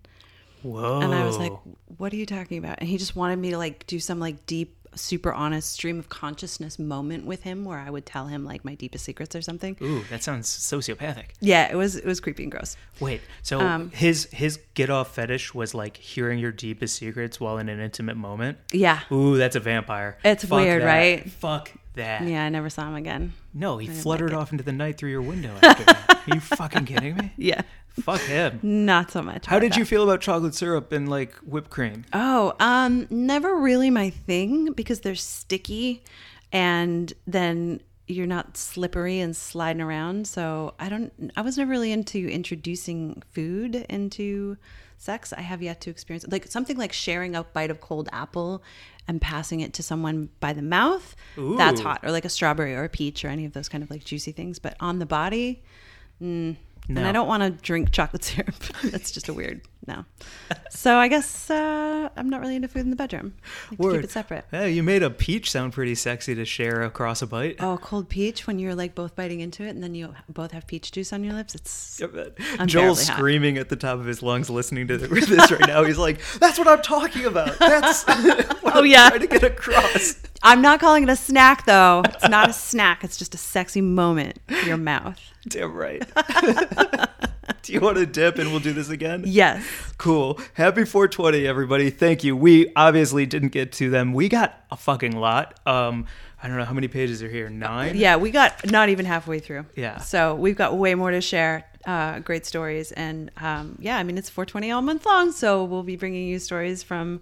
A: Whoa.
B: and I was like
A: Oh.
B: what are you talking about and he just wanted me to like do some like deep super honest stream of consciousness moment with him where I would tell him like my deepest secrets or something
A: ooh, that sounds sociopathic.
B: yeah it was it was creepy and gross
A: Wait, so
B: Um,
A: his his get off fetish was like hearing your deepest secrets while in an intimate moment.
B: yeah
A: Ooh, that's a vampire.
B: It's weird,
A: that.
B: right?
A: Fuck that.
B: yeah I never saw him again
A: No, he fluttered off into the night through your window. After that. Are you fucking kidding me?
B: yeah
A: Fuck him.
B: not so much
A: How did you feel about chocolate syrup and like whipped cream?
B: Oh, um, never really my thing because they're sticky and then you're not slippery and sliding around. So I don't, I was never really into introducing food into sex. I have yet to experience like something like sharing a bite of cold apple and passing it to someone by the mouth. That's
A: Ooh.
B: hot. Or like a strawberry or a peach or any of those kind of like juicy things. But on the body,
A: No.
B: and I don't want to drink chocolate syrup. That's just a weird no. So I guess uh, I'm not really into food in the bedroom. Like to
A: Word.
B: keep it separate.
A: Yeah, you made a peach sound pretty sexy to share across a bite.
B: Oh, cold peach when you're like both biting into it, and then you both have peach juice on your lips. It's
A: Joel's
B: barely hot.
A: screaming at the top of his lungs listening to this right now. He's like, "That's what I'm talking about. That's what
B: Oh,
A: I'm
B: yeah.
A: trying to get across."
B: I'm not calling it a snack though. It's not a snack. It's just a sexy moment. in Your mouth.
A: Damn right. Do you want to dip and we'll do this again?
B: Yes.
A: Cool. Happy 420, everybody. Thank you. We obviously didn't get to them. We got a fucking lot. Um, I don't know how many pages are here. Nine.
B: Yeah, we got not even halfway through.
A: Yeah.
B: So we've got way more to share. Uh, great stories. And um, yeah, I mean, it's 420 all month long. So we'll be bringing you stories from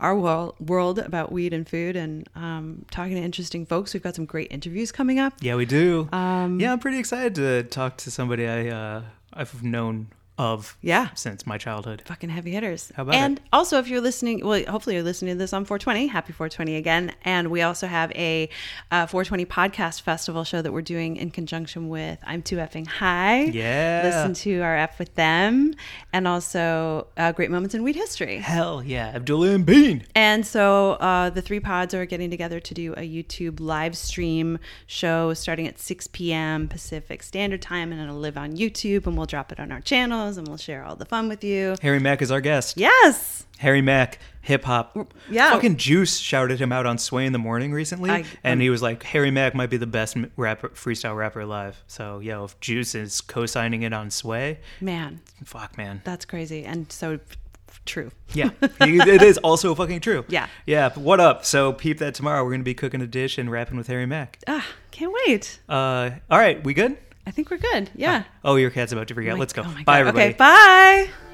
B: our world, world about weed and food and um, talking to interesting folks. We've got some great interviews coming up.
A: Yeah, we do.
B: Um,
A: yeah, I'm pretty excited to talk to somebody I uh, I've known of.
B: Yeah.
A: since my childhood.
B: fucking heavy hitters.
A: How about
B: and
A: it?
B: also, if you're listening, well, hopefully you're listening to this on 420. Happy 420 again. And we also have a uh, 420 podcast festival show that we're doing in conjunction with I'm Too Effing High.
A: Yeah.
B: Listen to our F with them and also uh, Great Moments in Weed History.
A: Hell yeah, Abdullah and Bean.
B: And so uh, the three pods are getting together to do a YouTube live stream show starting at 6 p.m. Pacific Standard Time, and it'll live on YouTube, and we'll drop it on our channels, and we'll share all the fun with you.
A: Harry Mack is our guest.
B: Yes.
A: Harry Mack, hip hop.
B: Mm, Yeah.
A: Fucking Juice shouted him out on Sway in the Morning recently,
B: I- um,
A: and he was like, Harry Mack might be the best m- rapper, freestyle rapper alive. So, yo, if Juice is co signing it on Sway,
B: Man,
A: fuck, man.
B: that's crazy and so f- f- true.
A: Yeah, He- it is also fucking true.
B: Yeah.
A: Yeah, but what up? So, peep that tomorrow. We're going to be cooking a dish and rapping with Harry Mack.
B: Ah, can't wait.
A: Uh, all right, we good?
B: I think we're good. Yeah.
A: Oh, your cat's about to freak out.
B: My-
A: Let's go.
B: oh my
A: Bye,
B: God.
A: everybody.
B: Okay, bye.